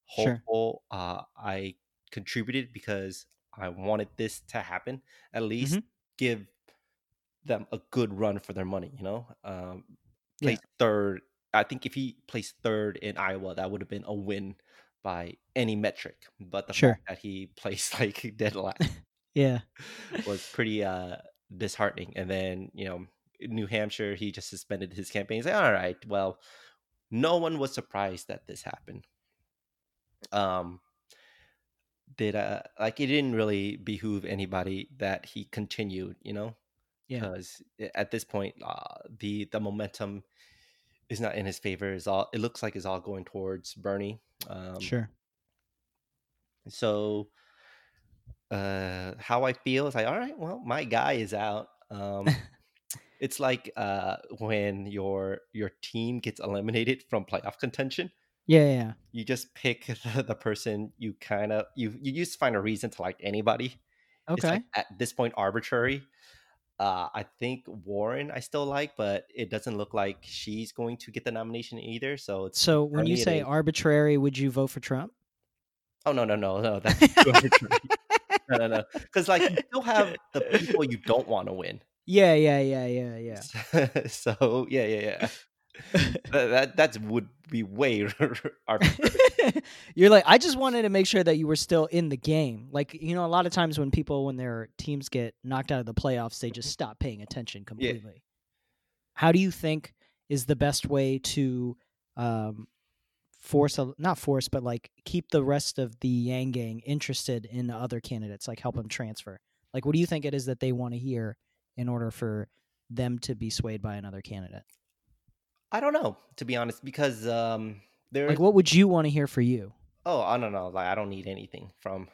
Sure.
hopeful. Uh, I contributed because I wanted this to happen. At least
Mm-hmm.
give them a good run for their money. You know, um,
Yeah.
place third. I think if he placed third in Iowa, that would have been a win by any metric. But the
Sure.
fact that he placed like dead last
Yeah.
was pretty uh, disheartening. And then, you know, in New Hampshire, he just suspended his campaign. He's like, all right, well, no one was surprised that this happened. Um, did uh, like it didn't really behoove anybody that he continued, you know,
Yeah.
because at this point, uh, the the momentum is not in his favor. Is all it looks like is all going towards Bernie. Um,
sure.
so uh how i feel is like all right well my guy is out um it's like uh when your your team gets eliminated from playoff contention
Yeah, yeah.
you just pick the, the person you kind of you you used to find a reason to like anybody
yeah.
It's,
Okay.
like, at this point arbitrary uh i think warren i still like but it doesn't look like she's going to get the nomination either so it's
so when you
Bernie it
say
is.
arbitrary, would you vote for Trump?
oh no no no no that's too arbitrary no no no because like you still have the people you don't want to win
Yeah, yeah, yeah, yeah, yeah.
so yeah, yeah, yeah. that, that that's would be way arbitrary.
You're like, I just wanted to make sure that you were still in the game. Like, you know, a lot of times when people, when their teams get knocked out of the playoffs, they just stop paying attention completely. How do you think is the best way to um, force, a, not force, but like keep the rest of the Yang Gang interested in the other candidates, like help them transfer? Like, what do you think it is that they want to hear in order for them to be swayed by another candidate?
I don't know to be honest because um there's
Like, what would you want to hear for you?
oh I don't know like I don't need anything from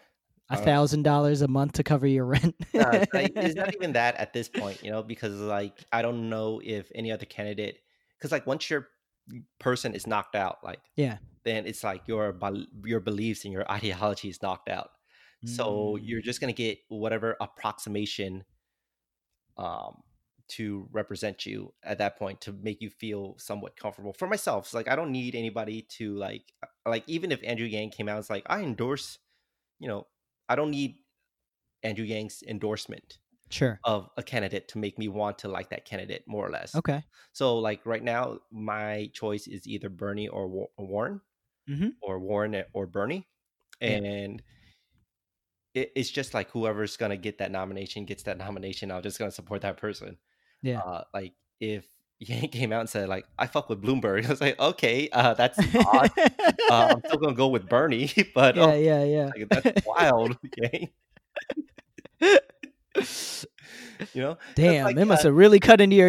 a
Uh,
thousand dollars a month to cover your rent.
uh, it's like- it's not even that at this point you know because like I don't know if any other candidate because like once your person is knocked out like
Yeah.
then it's like your bel- your beliefs and your ideology is knocked out so
Mm,
you're just going to get whatever approximation um to represent you at that point to make you feel somewhat comfortable for myself it's like i don't need anybody to like uh, like even if andrew yang came out it's like i endorse you know i don't need andrew yang's endorsement
sure.
of a candidate to make me want to like that candidate more or less
Okay.
so like right now my choice is either bernie or Wa- warren
Mhm.
or warren a- or bernie
Yeah.
and it, it's just like whoever's gonna get that nomination gets that nomination i'm just gonna support that person
Yeah.
uh, like if Yang came out and said like I fuck with Bloomberg, I was like okay, uh, that's odd. uh, I'm still gonna go with Bernie, but
yeah,
oh,
yeah, yeah.
like, that's wild, Yang. you know,
Damn,
like,
they must
uh,
have really cut into your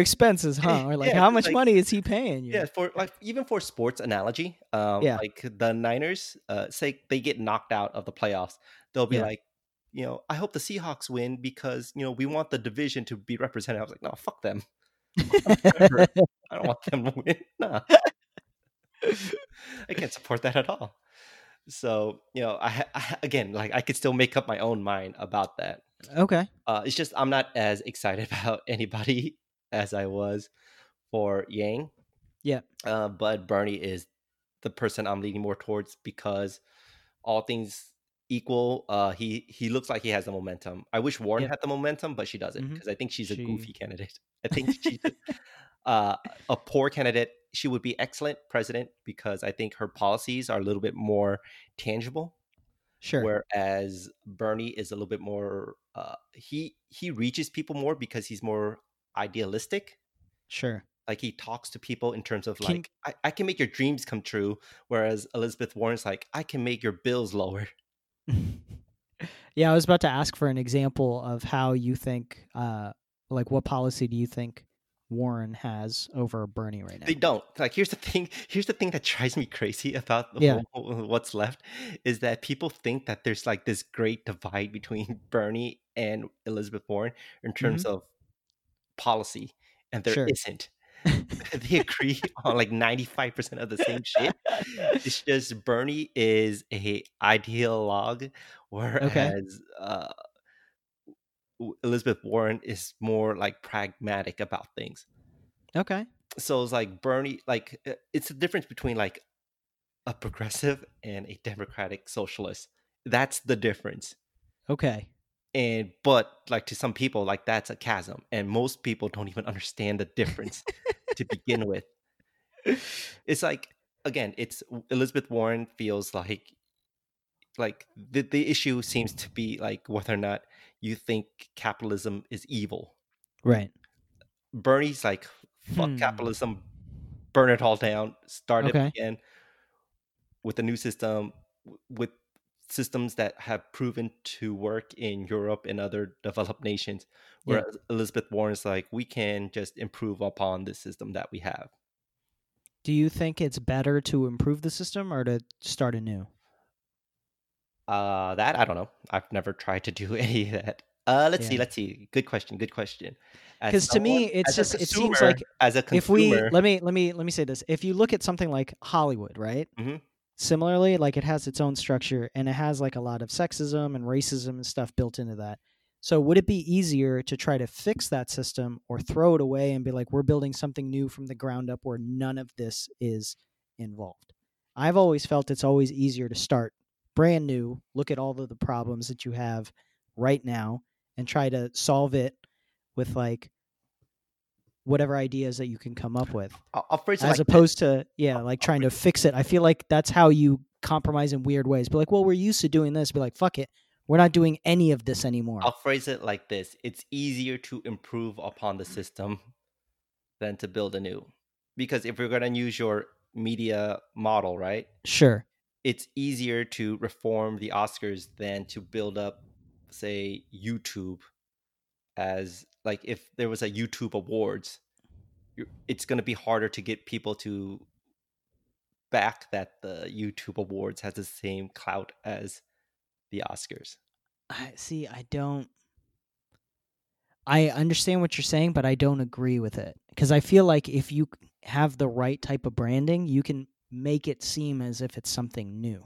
expenses, huh? Or like,
yeah,
how
it's
much
like-
money is he paying you?
yeah. For like even for sports analogy, um,
Yeah.
like the Niners, uh, say they get knocked out of the playoffs, they'll be
Yeah.
like. You know, I hope the Seahawks win because you know we want the division to be represented. I was like, no, fuck them. I don't want them to win. Nah. I can't support that at all. So you know, I, I again, like I could still make up my own mind about that.
okay.
Uh, it's just I'm not as excited about anybody as I was for Yang.
Yeah.
Uh, but Bernie is the person I'm leaning more towards because all things equal, uh, he he looks like he has the momentum. I wish Warren
Yeah.
had the momentum, but she doesn't
Mhm.
because I think she's a
She-
goofy candidate. I think she's uh, a poor candidate. She would be excellent president because I think her policies are a little bit more tangible
Sure.
whereas Bernie is a little bit more uh, he he reaches people more because he's more idealistic.
sure.
Like he talks to people in terms of
Can-
like I, I can make your dreams come true, whereas Elizabeth Warren's like I can make your bills lower.
yeah, I was about to ask for an example of how you think, uh, like, what policy do you think Warren has over Bernie right now?
They don't. Like here's the thing. Here's the thing that drives me crazy about the
Yeah.
whole- what's left is that people think that there's like this great divide between Bernie and Elizabeth Warren in terms of policy, and there
Mm-hmm. Sure.
not they agree on like 95% of the same shit. It's just Bernie is a ideologue, whereas uh, w- Elizabeth Warren is more like pragmatic about things.
okay.
So it's like Bernie, like uh, it's the difference between like a progressive and a democratic socialist. That's the difference.
Okay.
And but like to some people, like that's a chasm, and most people don't even understand the difference to begin with. it's like again it's elizabeth warren feels like like the, the issue seems to be like whether or not you think capitalism is evil.
Right.
Bernie's like, fuck
Hmm.
capitalism, burn it all down, start
Okay.
it again with a new system, w- with systems that have proven to work in Europe and other developed nations.
Yeah.
Where Elizabeth Warren's like, we can just improve upon the system that we have.
Do you think it's better to improve the system or to start anew?
Uh, that I don't know. I've never tried to do any of that. Uh, let's see.
Yeah.
Let's see. Good question. Good question. As
'Cause to me,
someone-
it's
as a
just- it seems
consumer-
like
as a
If we
consumer,
let me let me let me say this. If you look at something like Hollywood, right?
Mhm.
Similarly, like it has its own structure and it has like a lot of sexism and racism and stuff built into that. So would it be easier to try to fix that system or throw it away and be like we're building something new from the ground up where none of this is involved? I've always felt it's always easier to start brand new, look at all of the problems that you have right now and try to solve it with like whatever ideas that you can come up with
I'll, I'll phrase it
as
like this.
opposed to yeah like trying to fix it i feel like that's how you compromise in weird ways be like well we're used to doing this be like fuck it we're not doing any of this anymore
I'll phrase it like this: It's easier to improve upon the system than to build anew, because if you're going to use your media model, right?
sure
It's easier to reform the Oscars than to build up, say, YouTube as like if there was a YouTube awards, you- it's going to be harder to get people to back that the YouTube awards has the same clout as the Oscars.
i see i don't i understand what you're saying but i don't agree with it because i feel like if you c- have the right type of branding you can make it seem as if it's something new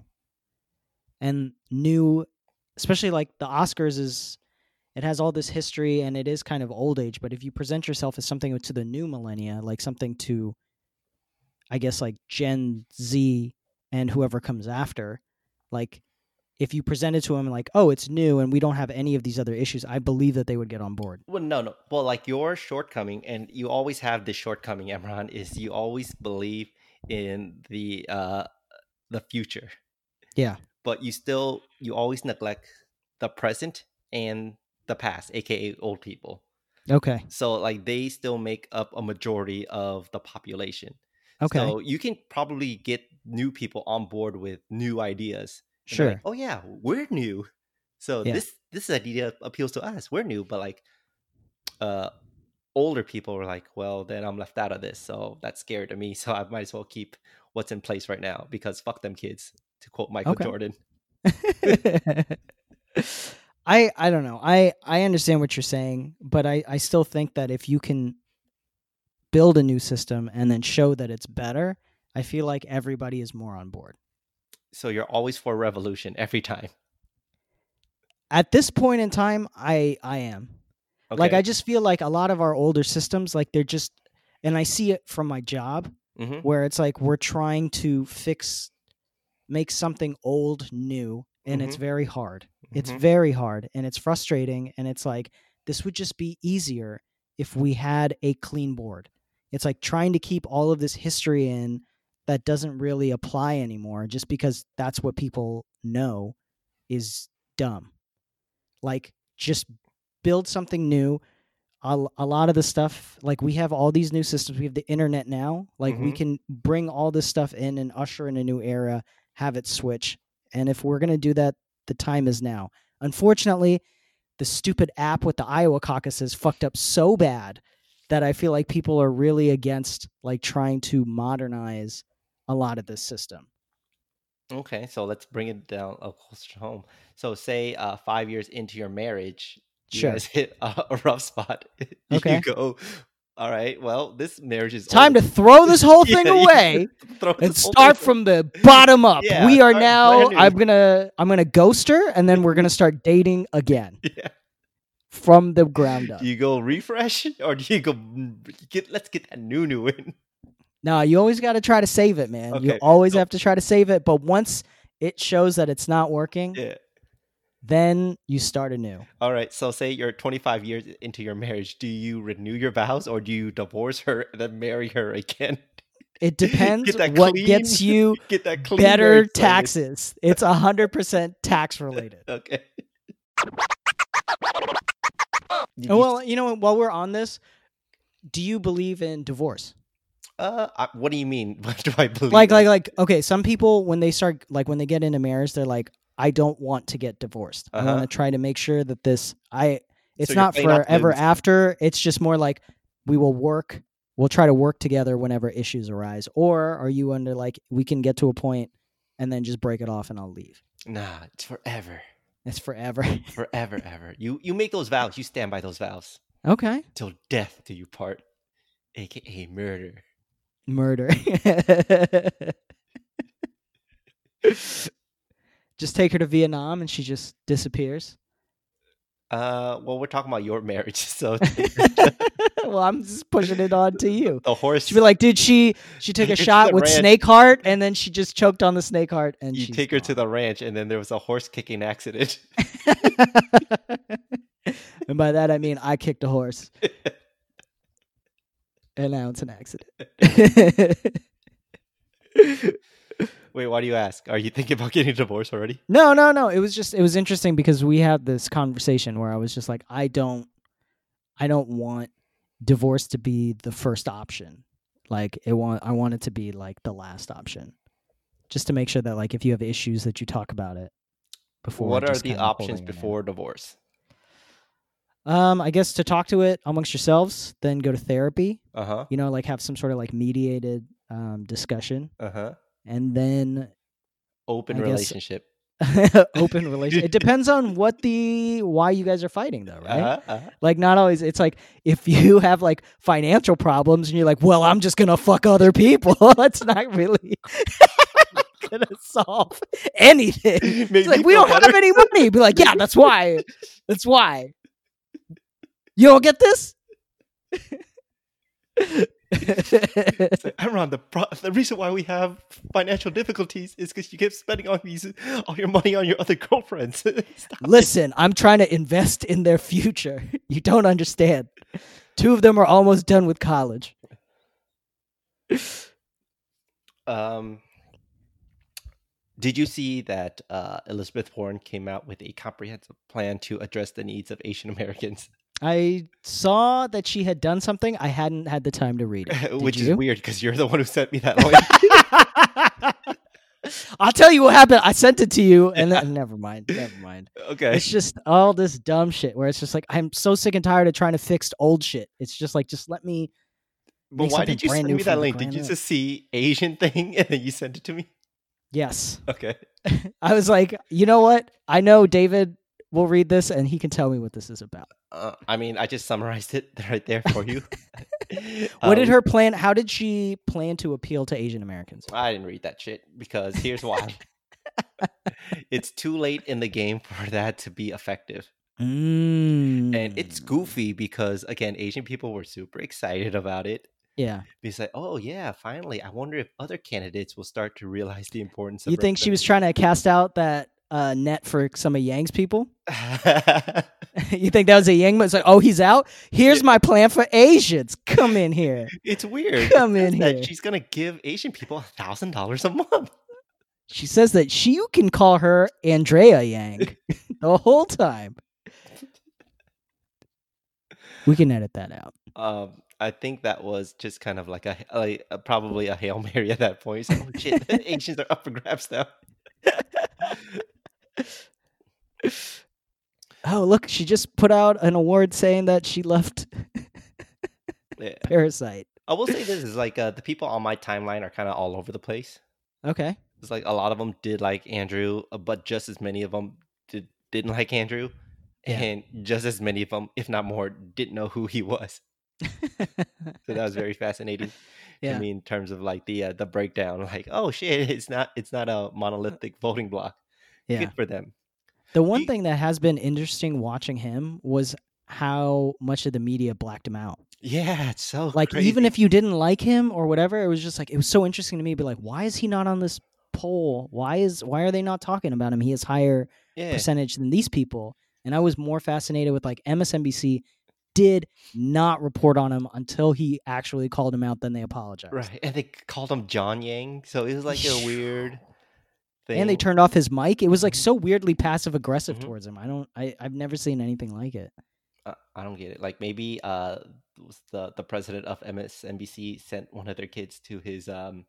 and new especially like the oscars is it has all this history and it is kind of old age but if you present yourself as something to the new millennia like something to i guess like gen z and whoever comes after like if you presented to them like oh it's new and we don't have any of these other issues i believe that they would get on board
Well, no, no. Well, like your shortcoming, and you always have this shortcoming, Emron, is you always believe in the uh the future.
Yeah.
But you still you always neglect the present and the past, aka old people.
okay
So like they still make up a majority of the population.
okay
So you can probably get new people on board with new ideas. And they're
sure
like, oh yeah, we're new. So
Yeah.
this this idea appeals to us. We're new, but like uh older people were like, well, then I'm left out of this. So that's scary to me. So I might as well keep what's in place right now because fuck them kids, to quote Michael
Okay.
Jordan.
I I don't know. I I understand what you're saying, but I I still think that if you can build a new system and then show that it's better, I feel like everybody is more on board.
So you're always for revolution every time.
At this point in time, I I am. Like I just feel like a lot of our older systems like they're just and I see it from my job
Mhm.
where it's like we're trying to fix make something old new and it's very hard. It's
Mhm.
very hard and it's frustrating. And it's like, this would just be easier if we had a clean board. It's like trying to keep all of this history in that doesn't really apply anymore just because that's what people know is dumb. Like, just build something new. A, a lot of the stuff, like, we have all these new systems. We have the internet now. Like, we
Mhm.
can bring all this stuff in and usher in a new era, have it switch. And if we're going to do that, the time is now. Unfortunately, the stupid app with the Iowa caucuses fucked up so bad that I feel like people are really against like trying to modernize a lot of this system.
mm-hmm, okay, so let's bring it down a closer home. So say uh five years into your marriage, you
Sure.
guys hit a, a rough spot.
Okay.
you go, all right, well, this marriage is
Time to
over."
throw this whole thing
Yeah, you
away
throw
and
this whole thing
start
away.
from the bottom up.
Yeah,
we are
start
now
brand new.
I'm going to I'm going to ghost her and then we're going to start dating again
Yeah.
from the ground up.
Do you go refresh or do you go mm, get? Let's get that new new in.
No, you always got to try to save it, man. You
Okay,
always
so-
have to try to save it, but once it shows that it's not working,
Yeah.
then you start anew.
All right. So say you're 25 years into your marriage. Do you renew your vows or do you divorce her and then marry her again?
It depends
that
what
clean-
gets you
Get that clean
better
marriage service.
taxes. It's a hundred percent tax related.
Okay. You- you-
Oh, well, you know, what, while we're on this, do you believe in divorce?
uh, I- what do you mean? What do I believe?
Like,
in?
like, like, okay, some people, when they start, like, when they get into marriage, they're like, I don't want to get divorced. I
Uh-huh.
want to try to make sure that this, I, it's
you're
not
playing off
forever
limbs.
after. It's just more like we will work, we'll try to work together whenever issues arise. Or are you under, like, we can get to a point and then just break it off and I'll leave?
nah, it's forever,
It's forever.
forever, ever. You you make those vows. You stand by those vows
okay.
till death do you part, aka murder.
Murder. just take her to Vietnam and she just disappears.
Uh, well, we're talking about your marriage, so
well, I'm just pushing it on to you.
the horse.
She'd be like, dude, she she took a
It's
shot
the
with
ranch.
snake heart and then she just choked on the snake heart and
you
she's
take her to
gone."
the ranch, and then there was a horse kicking accident.
and by that I mean I kicked a horse. and now it's an accident.
Wait, why do you ask? Are you thinking about getting divorced already?
No, no, no. It was just it was interesting because we had this conversation where I was just like, I don't I don't want divorce to be the first option. Like it want I want it to be like the last option. Just to make sure that like if you have issues that you talk about it before.
what are
just
the
kinda
options
holding it in.
before divorce?
Um, I guess to talk to it amongst yourselves, then go to therapy,
Uh huh.
you know, like have some sort of like mediated um discussion
Uh huh.
and then
Open
I guess-
relationship.
open relation. It depends on what the why you guys are fighting though, right?
Uh-huh, uh-huh.
Like not always. It's like if you have like financial problems and you're like, well, I'm just gonna fuck other people. That's not really gonna solve anything.
Make
It's
me
like we
feel
don't have
better.
any money. Be like, yeah, that's why. That's why. You don't get this.
It's like, Amron, the pro- the reason why we have financial difficulties is because you kept spending all these all your money on your other girlfriends. Stop.
Listen, I'm trying to invest in their future. You don't understand. Two of them are almost done with college.
um, did you see that uh, Elizabeth Warren came out with a comprehensive plan to address the needs of Asian Americans?
I saw that she had done something. I hadn't had the time to read it. Did
Which
you?
is weird because you're the one who sent me that link.
I'll tell you what happened. I sent it to you, and then, never mind. Never mind.
okay.
It's just all this dumb shit where it's just like I'm so sick and tired of trying to fix old shit. It's just like just let me.
But
make
why
something
did you
brand
send
new
me
from
that
the
link? Did you
ground up.
just see Asian thing and then you sent it to me?
Yes,
Okay.
I was like, you know what? I know David will read this, and he can tell me what this is about.
Uh, I mean, I just summarized it right there for you.
What did
Um,
her plan? How did she plan to appeal to Asian Americans?
I didn't read that shit because here's why. it's too late in the game for that to be effective. And it's
Mm.
goofy because again, Asian people were super excited about it.
Yeah,
It's like, oh yeah, finally. I wonder if other candidates will start to realize the importance of
you think she was trying to cast out that uh, net for some of Yang's people?
representation."
you think that was a Yang? But it's like, oh, he's out. Here's
Yeah.
my plan for Asians. Come in here.
It's weird.
Come
It says
in
that
here.
She's gonna give Asian people a thousand dollars a month.
She says that she you can call her Andrea Yang the whole time. We can edit that out.
Um, I think that was just kind of like a, a, a- probably a hail mary at that point. It's like, oh shit, the Asians are up for grabs now.
Oh, look, she just put out an award saying that she left
Yeah.
Parasite.
I will say this is like uh, the people on my timeline are kind of all over the place.
Okay.
It's like a lot of them did like Andrew, uh, but just as many of them did, didn't like Andrew,
Yeah.
and just as many of them, if not more, didn't know who he was. So that was very fascinating.
Yeah.
I mean, in terms of like the uh, the breakdown, like oh shit, it's not it's not a monolithic voting block.
Uh yeah.
Good for them.
The one
He-
thing that has been interesting watching him was how much of the media blacked him out.
Yeah, it's so
Like even
crazy.
if you didn't like him or whatever, it was just like it was so interesting to me. Be like, why is he not on this poll? Why is why are they not talking about him? He has higher
yeah.
percentage than these people. And I was more fascinated with like MSNBC did not report on him until he actually called him out. Then they apologized.
right, and they called him John Yang, so it was like a weird thing.
And they turned
Mm-hmm.
off his mic. It was like so weirdly passive aggressive
Mhm.
towards him. I don't. I, I've never seen anything like it.
uh, I don't get it. Like maybe uh was the the president of MSNBC sent one of their kids to his um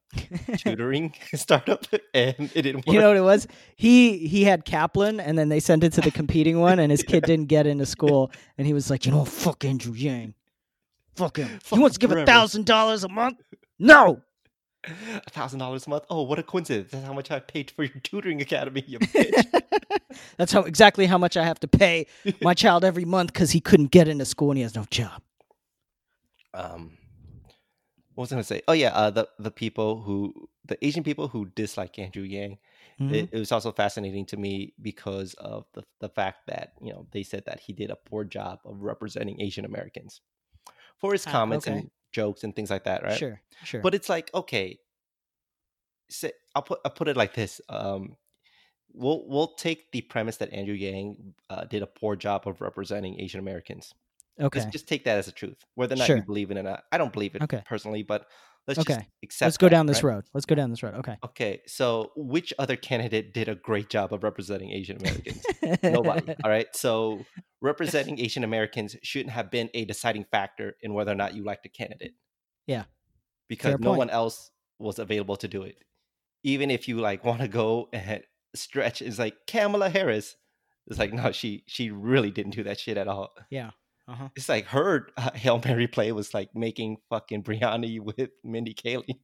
tutoring startup and it didn't work.
You know what it was? He he had Kaplan, and then they sent it to the competing one, and his kid didn't get into school, and he was like, you know, fuck Andrew Yang, fuck him.
Fuck
He wants to give a
forever.
thousand dollars a month. No,
A thousand dollars a month. Oh, what a coincidence! That's how much I paid for your tutoring academy. You bitch.
that's how exactly how much I have to pay my child every month because he couldn't get into school and he has no job.
um, what was I gonna say? Oh yeah, uh, the the people who the Asian people who dislike Andrew Yang.
Mhm.
It, it was also fascinating to me because of the the fact that you know they said that he did a poor job of representing Asian Americans for his
Ah,
comments
okay.
and jokes and things like that, right?
Sure, sure.
But it's like okay, say, I'll put I'll put it like this. Um, we'll we'll take the premise that Andrew Yang uh, did a poor job of representing Asian Americans.
okay,
Let's just take that as a truth, whether or not
Sure.
you believe it or not. I don't believe it
Okay.
personally, but let's just
Okay.
accept.
let's go
that,
down this
right?
road. Let's go down this road. Okay.
Okay, so which other candidate did a great job of representing Asian Americans? Nobody. All right, so representing Asian Americans shouldn't have been a deciding factor in whether or not you liked a candidate.
Yeah.
because
Fair
no
point.
one else was available to do it. Even if you like want to go and stretch, it's like Kamala Harris. It's like no, she she really didn't do that shit at all.
yeah. Uh-huh.
It's like her uh, hail mary play was like making fucking biryani with Mindy Kaling.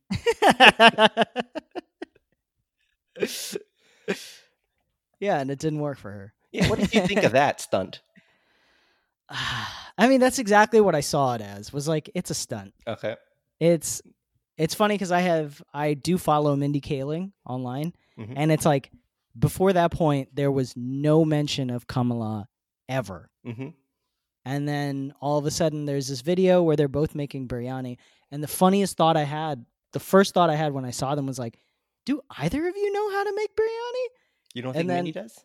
yeah, and it didn't work for her.
Yeah, what did you think of that stunt?
I mean, that's exactly what I saw it as. Was like it's a stunt.
Okay.
It's it's funny because I have I do follow Mindy Kaling online,
Mhm.
and it's like before that point there was no mention of Kamala ever.
hmm
And then all of a sudden, there's this video where they're both making biryani. And the funniest thought I had, the first thought I had when I saw them was like, do either of you know how to make biryani?
You don't think
And
Mindy does?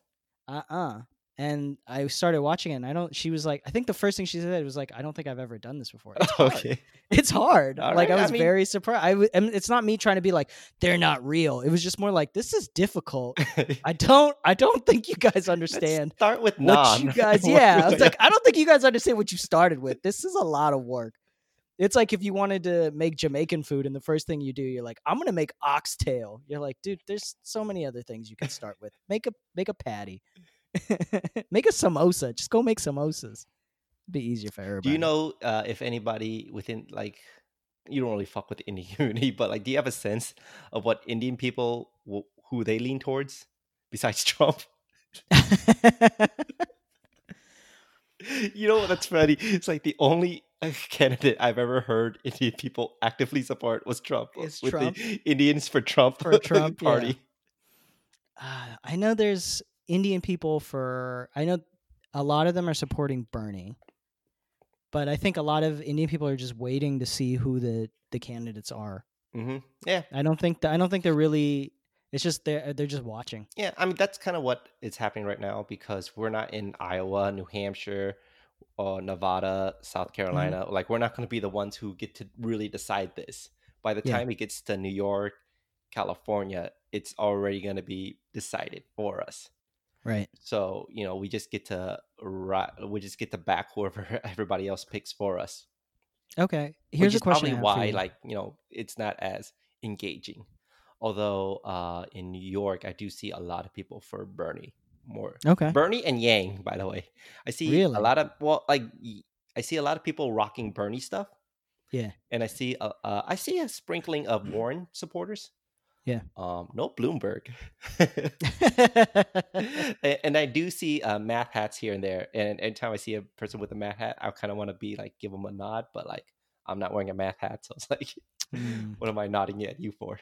Uh uh And I started watching it, and I don't, she was like, I think the first thing she said was like, I don't think I've ever done this before. It's hard.
okay.
It's hard.
All
like,
right,
I
I
was
mean-
very surprised. I w- and it's not me trying to be like, they're not real. It was just more like, this is difficult. I don't, I don't think you guys understand.
Let's start with
what
non.
you guys
What
yeah i
you-
was like i don't think you guys understand what you started with this is a lot of work it's like if you wanted to make jamaican food and the first thing you do you're like i'm gonna make oxtail you're like dude there's so many other things you can start with make a make a patty make a samosa just go make samosas be easier for everybody
do you know uh, if anybody within like you don't really fuck with the Indian community, but like, do you have a sense of what Indian people wh- who they lean towards besides Trump? You know what? That's funny. It's like the only uh, candidate I've ever heard Indian people actively support was Trump.
Is
with
Trump.
the Indians for Trump
For Trump, yeah.
party.
uh, i know there's indian people for i know a lot of them are supporting bernie but i think a lot of indian people are just waiting to see who the the candidates are
hmm Yeah,
I don't think that I don't think they're really. It's just they're they're just watching.
yeah. I mean, that's kind of what is happening right now because we're not in Iowa, New Hampshire, or Nevada, South Carolina. Like, we're not going to be the ones who get to really decide this. By the
Yeah.
time it gets to New York, California, it's already going to be decided for us.
Right.
So you know, we just get to ri- we just get to back whoever everybody else picks for us.
Okay.
which
Here's a
is
question.
Probably
I have for
why,
you.
like you know, it's not as engaging. Although uh, in New York, I do see a lot of people for Bernie more.
Okay.
Bernie and Yang, by the way, I see
Really?
a lot of well, like y- I see a lot of people rocking Bernie stuff.
Yeah.
and I see a, uh, I see a sprinkling of Warren supporters.
Yeah.
um, no Bloomberg. A- and I do see uh, math hats here and there. And anytime I see a person with a math hat, I kind of want to be like, give them a nod, but like, I'm not wearing a math hat, so it's like,
Hmm.
what am I nodding at you for?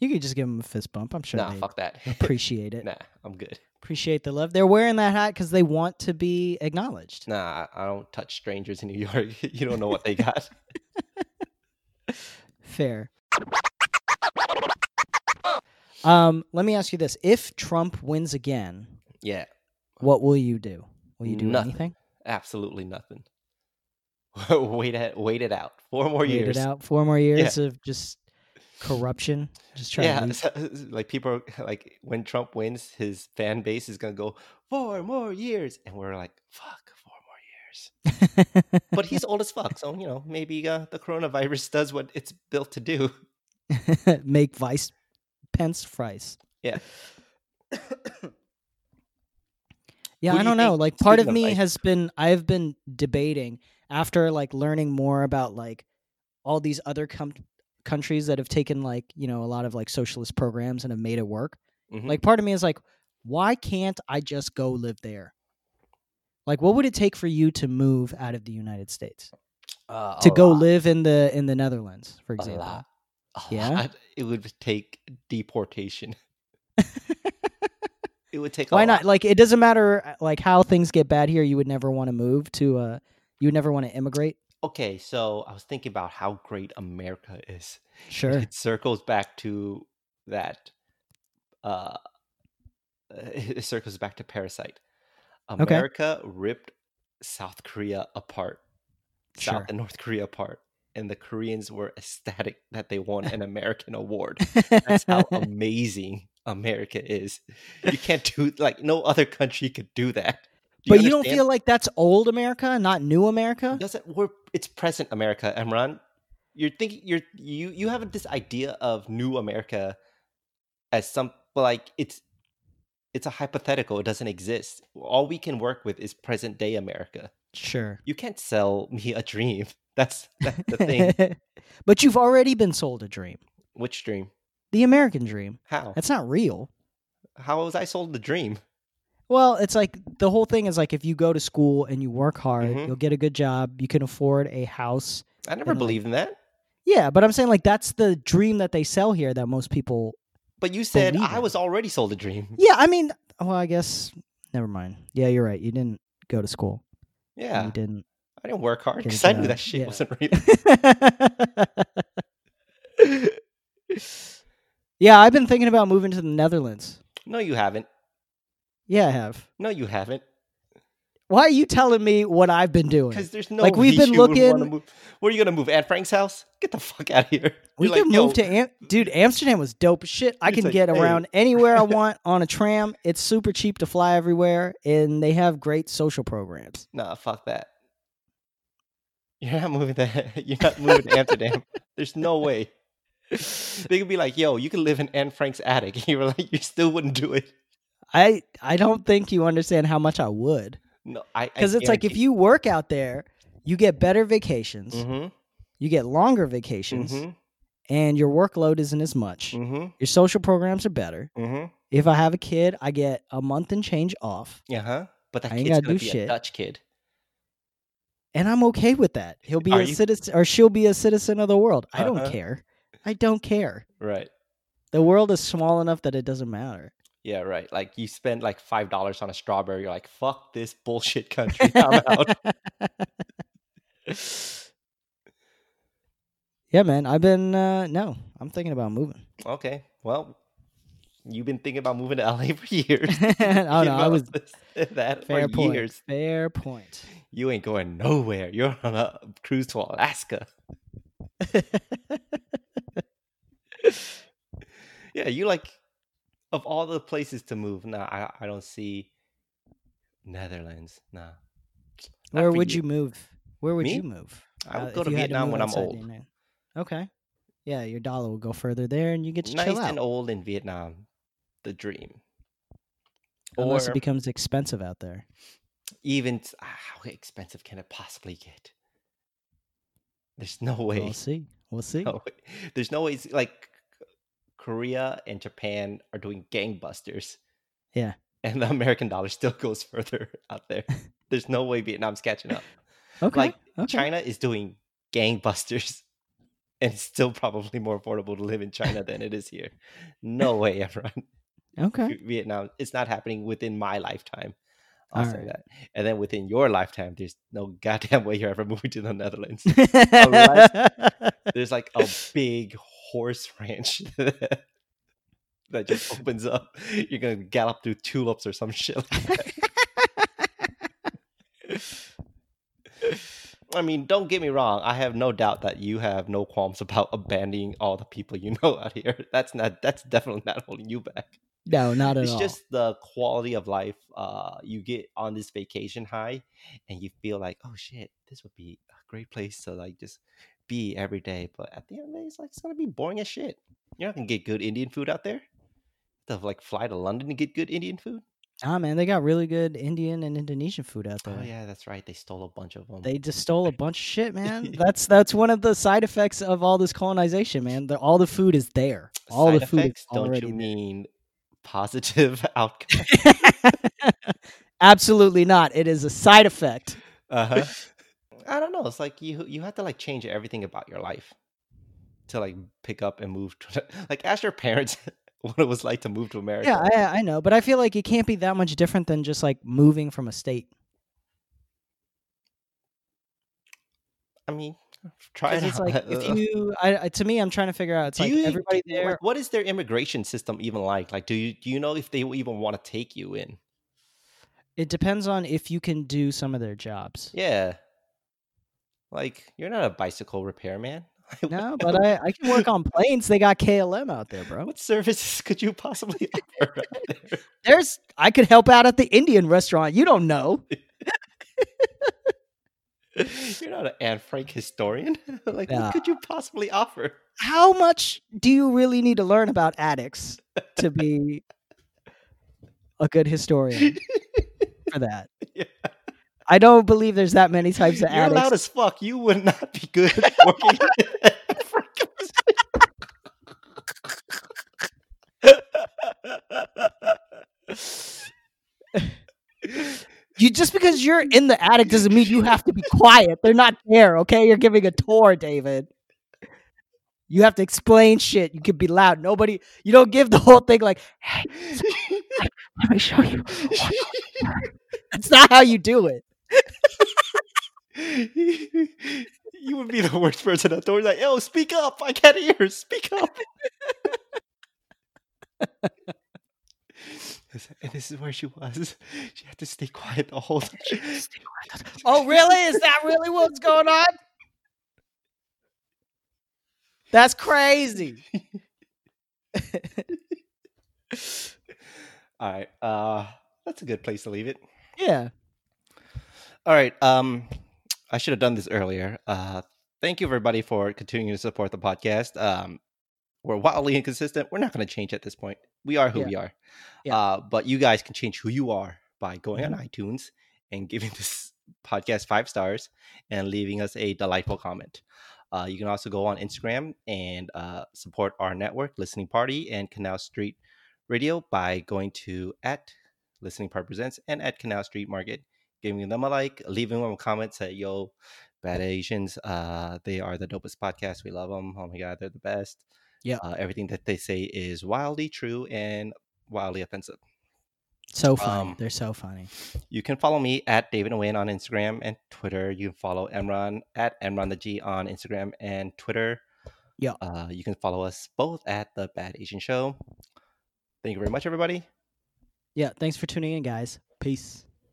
you could just give them a fist bump. I'm sure
nah,
they
fuck that.
appreciate it.
nah, I'm good.
Appreciate the love. They're wearing that hat because they want to be acknowledged.
Nah, I I don't touch strangers in New York. you don't know what they got.
Fair. Um, let me ask you this: If Trump wins again,
yeah,
what will you do? Will you do
Nothing.
anything?
absolutely nothing. wait it, wait it out. Four more
Wait
years.
it out. Four more years of just corruption. Just trying
Yeah,
to
so- like people are like when Trump wins, his fan base is gonna go four more years, and we're like, fuck, four more years. years. But he's old as fuck. So, you know, maybe uh, the coronavirus does what it's built to do.
make vice pence fries.
Yeah.
Yeah,
Who
I
do you
don't know.
think-
Like part of
speaking of
me
Vice-
has been I've been debating after like learning more about like all these other com- countries that have taken like, you know, a lot of like socialist programs and have made it work.
Mhm.
Like part of me is like why can't I just go live there? Like what would it take for you to move out of the United States?
Uh,
to
a
go
lot,
live in the in the Netherlands, for
a
example.
lot, a
Yeah?
lot. It would take deportation. it would take a
Why
lot.
not? Like it doesn't matter uh, like how things get bad here, you would never want to move to uh you would never want to immigrate.
Okay, so I was thinking about how great America is.
Sure.
It circles back to that. Uh, it circles back to Parasite. America ripped South Korea apart, South
Sure.
and North Korea apart, and the Koreans were ecstatic that they won an American award. That's how amazing America is. You can't do like no other country could do that. Do
but you don't
understand?
feel like that's old America, not new America?
doesn't we're it's present America, Emran. You're thinking you're you you have this idea of new America as some like it's it's a hypothetical. It doesn't exist. All we can work with is present day America.
Sure.
You can't sell me a dream. That's that's the thing.
but you've already been sold a dream.
Which dream?
The American dream.
How?
That's not real.
How was I sold the dream?
Well, it's like the whole thing is like if you go to school and you work hard,
Mhm.
you'll get a good job, you can afford a house.
I never
And, like-
believed in that.
Yeah, but I'm saying like that's the dream that they sell here that most people
But you said
Believe
I
it.
was already sold a dream.
Yeah, I mean, well, I guess never mind. Yeah, you're right. You didn't go to school.
Yeah,
You didn't.
I didn't work hard
Didn't
because I
get
knew
out.
that shit
uh, Yeah.
wasn't real.
yeah, I've been thinking about moving to the Netherlands.
No, you haven't.
Yeah, I have.
No, you haven't.
Why are you telling me what I've been doing?
Because there's no
Like, we've
reason
been
you would wanna
looking-
Move. Where are you gonna move? Aunt Frank's house? Get the fuck out of here.
We
You're
can
like,
move
"Yo,
to Am- dude. Amsterdam was dope as shit. I
It's
can
like,
get
hey.
around anywhere I want on a tram. It's super cheap to fly everywhere, and they have great social programs.
Nah, fuck that. You're not moving to You're not moving to Amsterdam. There's no way. They could be like, "Yo, you can live in Anne Frank's attic." You were like, "You still wouldn't do it."
I I don't think you understand how much I would.
No, I I
because it's like if
guarantee-
you work out there, you get better vacations,
Mhm,
you get longer vacations,
mhm,
and your workload isn't as much.
mhm,
Your social programs are better.
mhm,
If I have a kid, I get a month and change off,
uh huh. But that
I ain't
kid's
gotta
gonna
do
be a
shit.
Dutch kid.
and I'm okay with that. He'll be
Are
a
you-
citizen, or she'll be a citizen of the world. I don't
Uh-huh.
care. I don't care.
Right.
The world is small enough that it doesn't matter.
Yeah, right. Like you spend like five dollars on a strawberry, you're like, fuck this bullshit country. I'm out.
yeah, man. I've been uh, no. I'm thinking about moving.
Okay. Well, you've been thinking about moving to LA for years.
Oh,
Thinking
no, I
about
was-
this, that
Fair
for
point.
years.
Fair point.
You ain't going nowhere. You're on a cruise to Alaska. Yeah, you like of all the places to move. Nah, I, I don't see Netherlands. Nah, Not
Where
for
would
you.
you move? Where would
Me?
you move?
I would
Uh,
go
if
to
you had
Vietnam
move
when I'm
outside the
old.
United- Okay. Yeah, your dollar will go further there, and you get to
Nice
chill out.
and old in Vietnam, the dream.
Unless
or
it becomes expensive out there.
even ah, how expensive can it possibly get? There's no way.
We'll see. We'll see.
no way. There's no ways like Korea and Japan are doing gangbusters.
Yeah.
And the American dollar still goes further out there. There's no way Vietnam's catching up.
okay.
like,
okay.
China is doing gangbusters and it's still probably more affordable to live in China than it is here. No way, everyone.
Okay.
Vietnam, it's not happening within my lifetime. I'll say
Alright.
that. And then within your lifetime, there's no goddamn way you're ever moving to the Netherlands. Oh, unless- there's like a big horse ranch that just opens up. You're gonna gallop through tulips or some shit. Like that. I mean, don't get me wrong. I have no doubt that you have no qualms about abandoning all the people you know out here. That's not. That's definitely not holding you back.
No, not at
it's
all.
just the quality of life uh, you get on this vacation high, and you feel like, oh shit, this would be a great place to like just be every day. But at the end of the day, it's like it's gonna be boring as shit. You're not gonna get good Indian food out there. To like fly to London to get good Indian food.
ah man, they got really good Indian and Indonesian food out there.
Oh yeah, that's right. They stole a bunch of them.
They just stole a bunch of shit, man. That's that's one of the side effects of all this colonization, man. The, all the food is there. All
Side
the food
effects,
is already
Don't you mean positive outcome?
Absolutely not. It is a side effect.
uh-huh. I don't know. It's like you you have to like change everything about your life to like pick up and move. To, like ask your parents what it was like to move to America.
Yeah, I, I know, but I feel like it can't be that much different than just like moving from a state.
I, mean, try
'Cause
it.
It's
out.
like if you, I, I- to me, I'm trying to figure out. It's
do
like
you
everybody
do you- like,
there.
what is their immigration system even like? Like, do you do you know if they even want to take you in?
It depends on if you can do some of their jobs.
Yeah. Like you're not a bicycle repairman. Like,
No, but uh I, I can work on planes. They got KLM out there, bro.
What services could you possibly offer? out there?
There's I could help out at the Indian restaurant. You don't know.
You're not an Anne Frank historian. like,
Nah.
what could you possibly offer?
How much do you really need to learn about addicts to be a good historian for that?
Yeah.
I don't believe there's that many types of
You're
addicts.
loud as fuck. You would not be good at working. at Anne Frank Museum.
You just because you're in the attic doesn't mean you have to be quiet. They're not there, okay? You're giving a tour, David. You have to explain shit. You can be loud. Nobody, you don't give the whole thing like, hey, let me show you. That's not how you do it.
you would be the worst person at the door. Like, yo, speak up! I can't hear. Speak up. and this is where she was. She had to stay quiet the whole time.
Oh, really? Is that really what's going on? That's crazy.
All right. Uh, that's a good place to leave it.
Yeah.
All right. Um, I should have done this earlier. Uh, thank you everybody for continuing to support the podcast. Um, we're wildly inconsistent. We're not going to change at this point. We are who
Yeah.
we are.
Yeah. Mm-hmm.
Uh, but you guys can change who you are by going on iTunes and giving this podcast five stars and leaving us a delightful comment. Uh, you can also go on Instagram and uh, support our network, Listening Party and Canal Street Radio, by going to at Listening Party Presents and at Canal Street Market giving them a like, leaving them comments that yo, bad Asians, uh, they are the dopest podcast. We love them. Oh my god, they're the best.
Yep.
uh, everything that they say is wildly true and wildly offensive.
So funny.
Um,
They're so funny.
You can follow me at David Nguyen on Instagram and Twitter. You can follow Emron at Emron the G on Instagram and Twitter.
Yeah.
Uh, you can follow us both at the Bad Asian Show. Thank you very much, everybody.
Yeah. Thanks for tuning in, guys. Peace.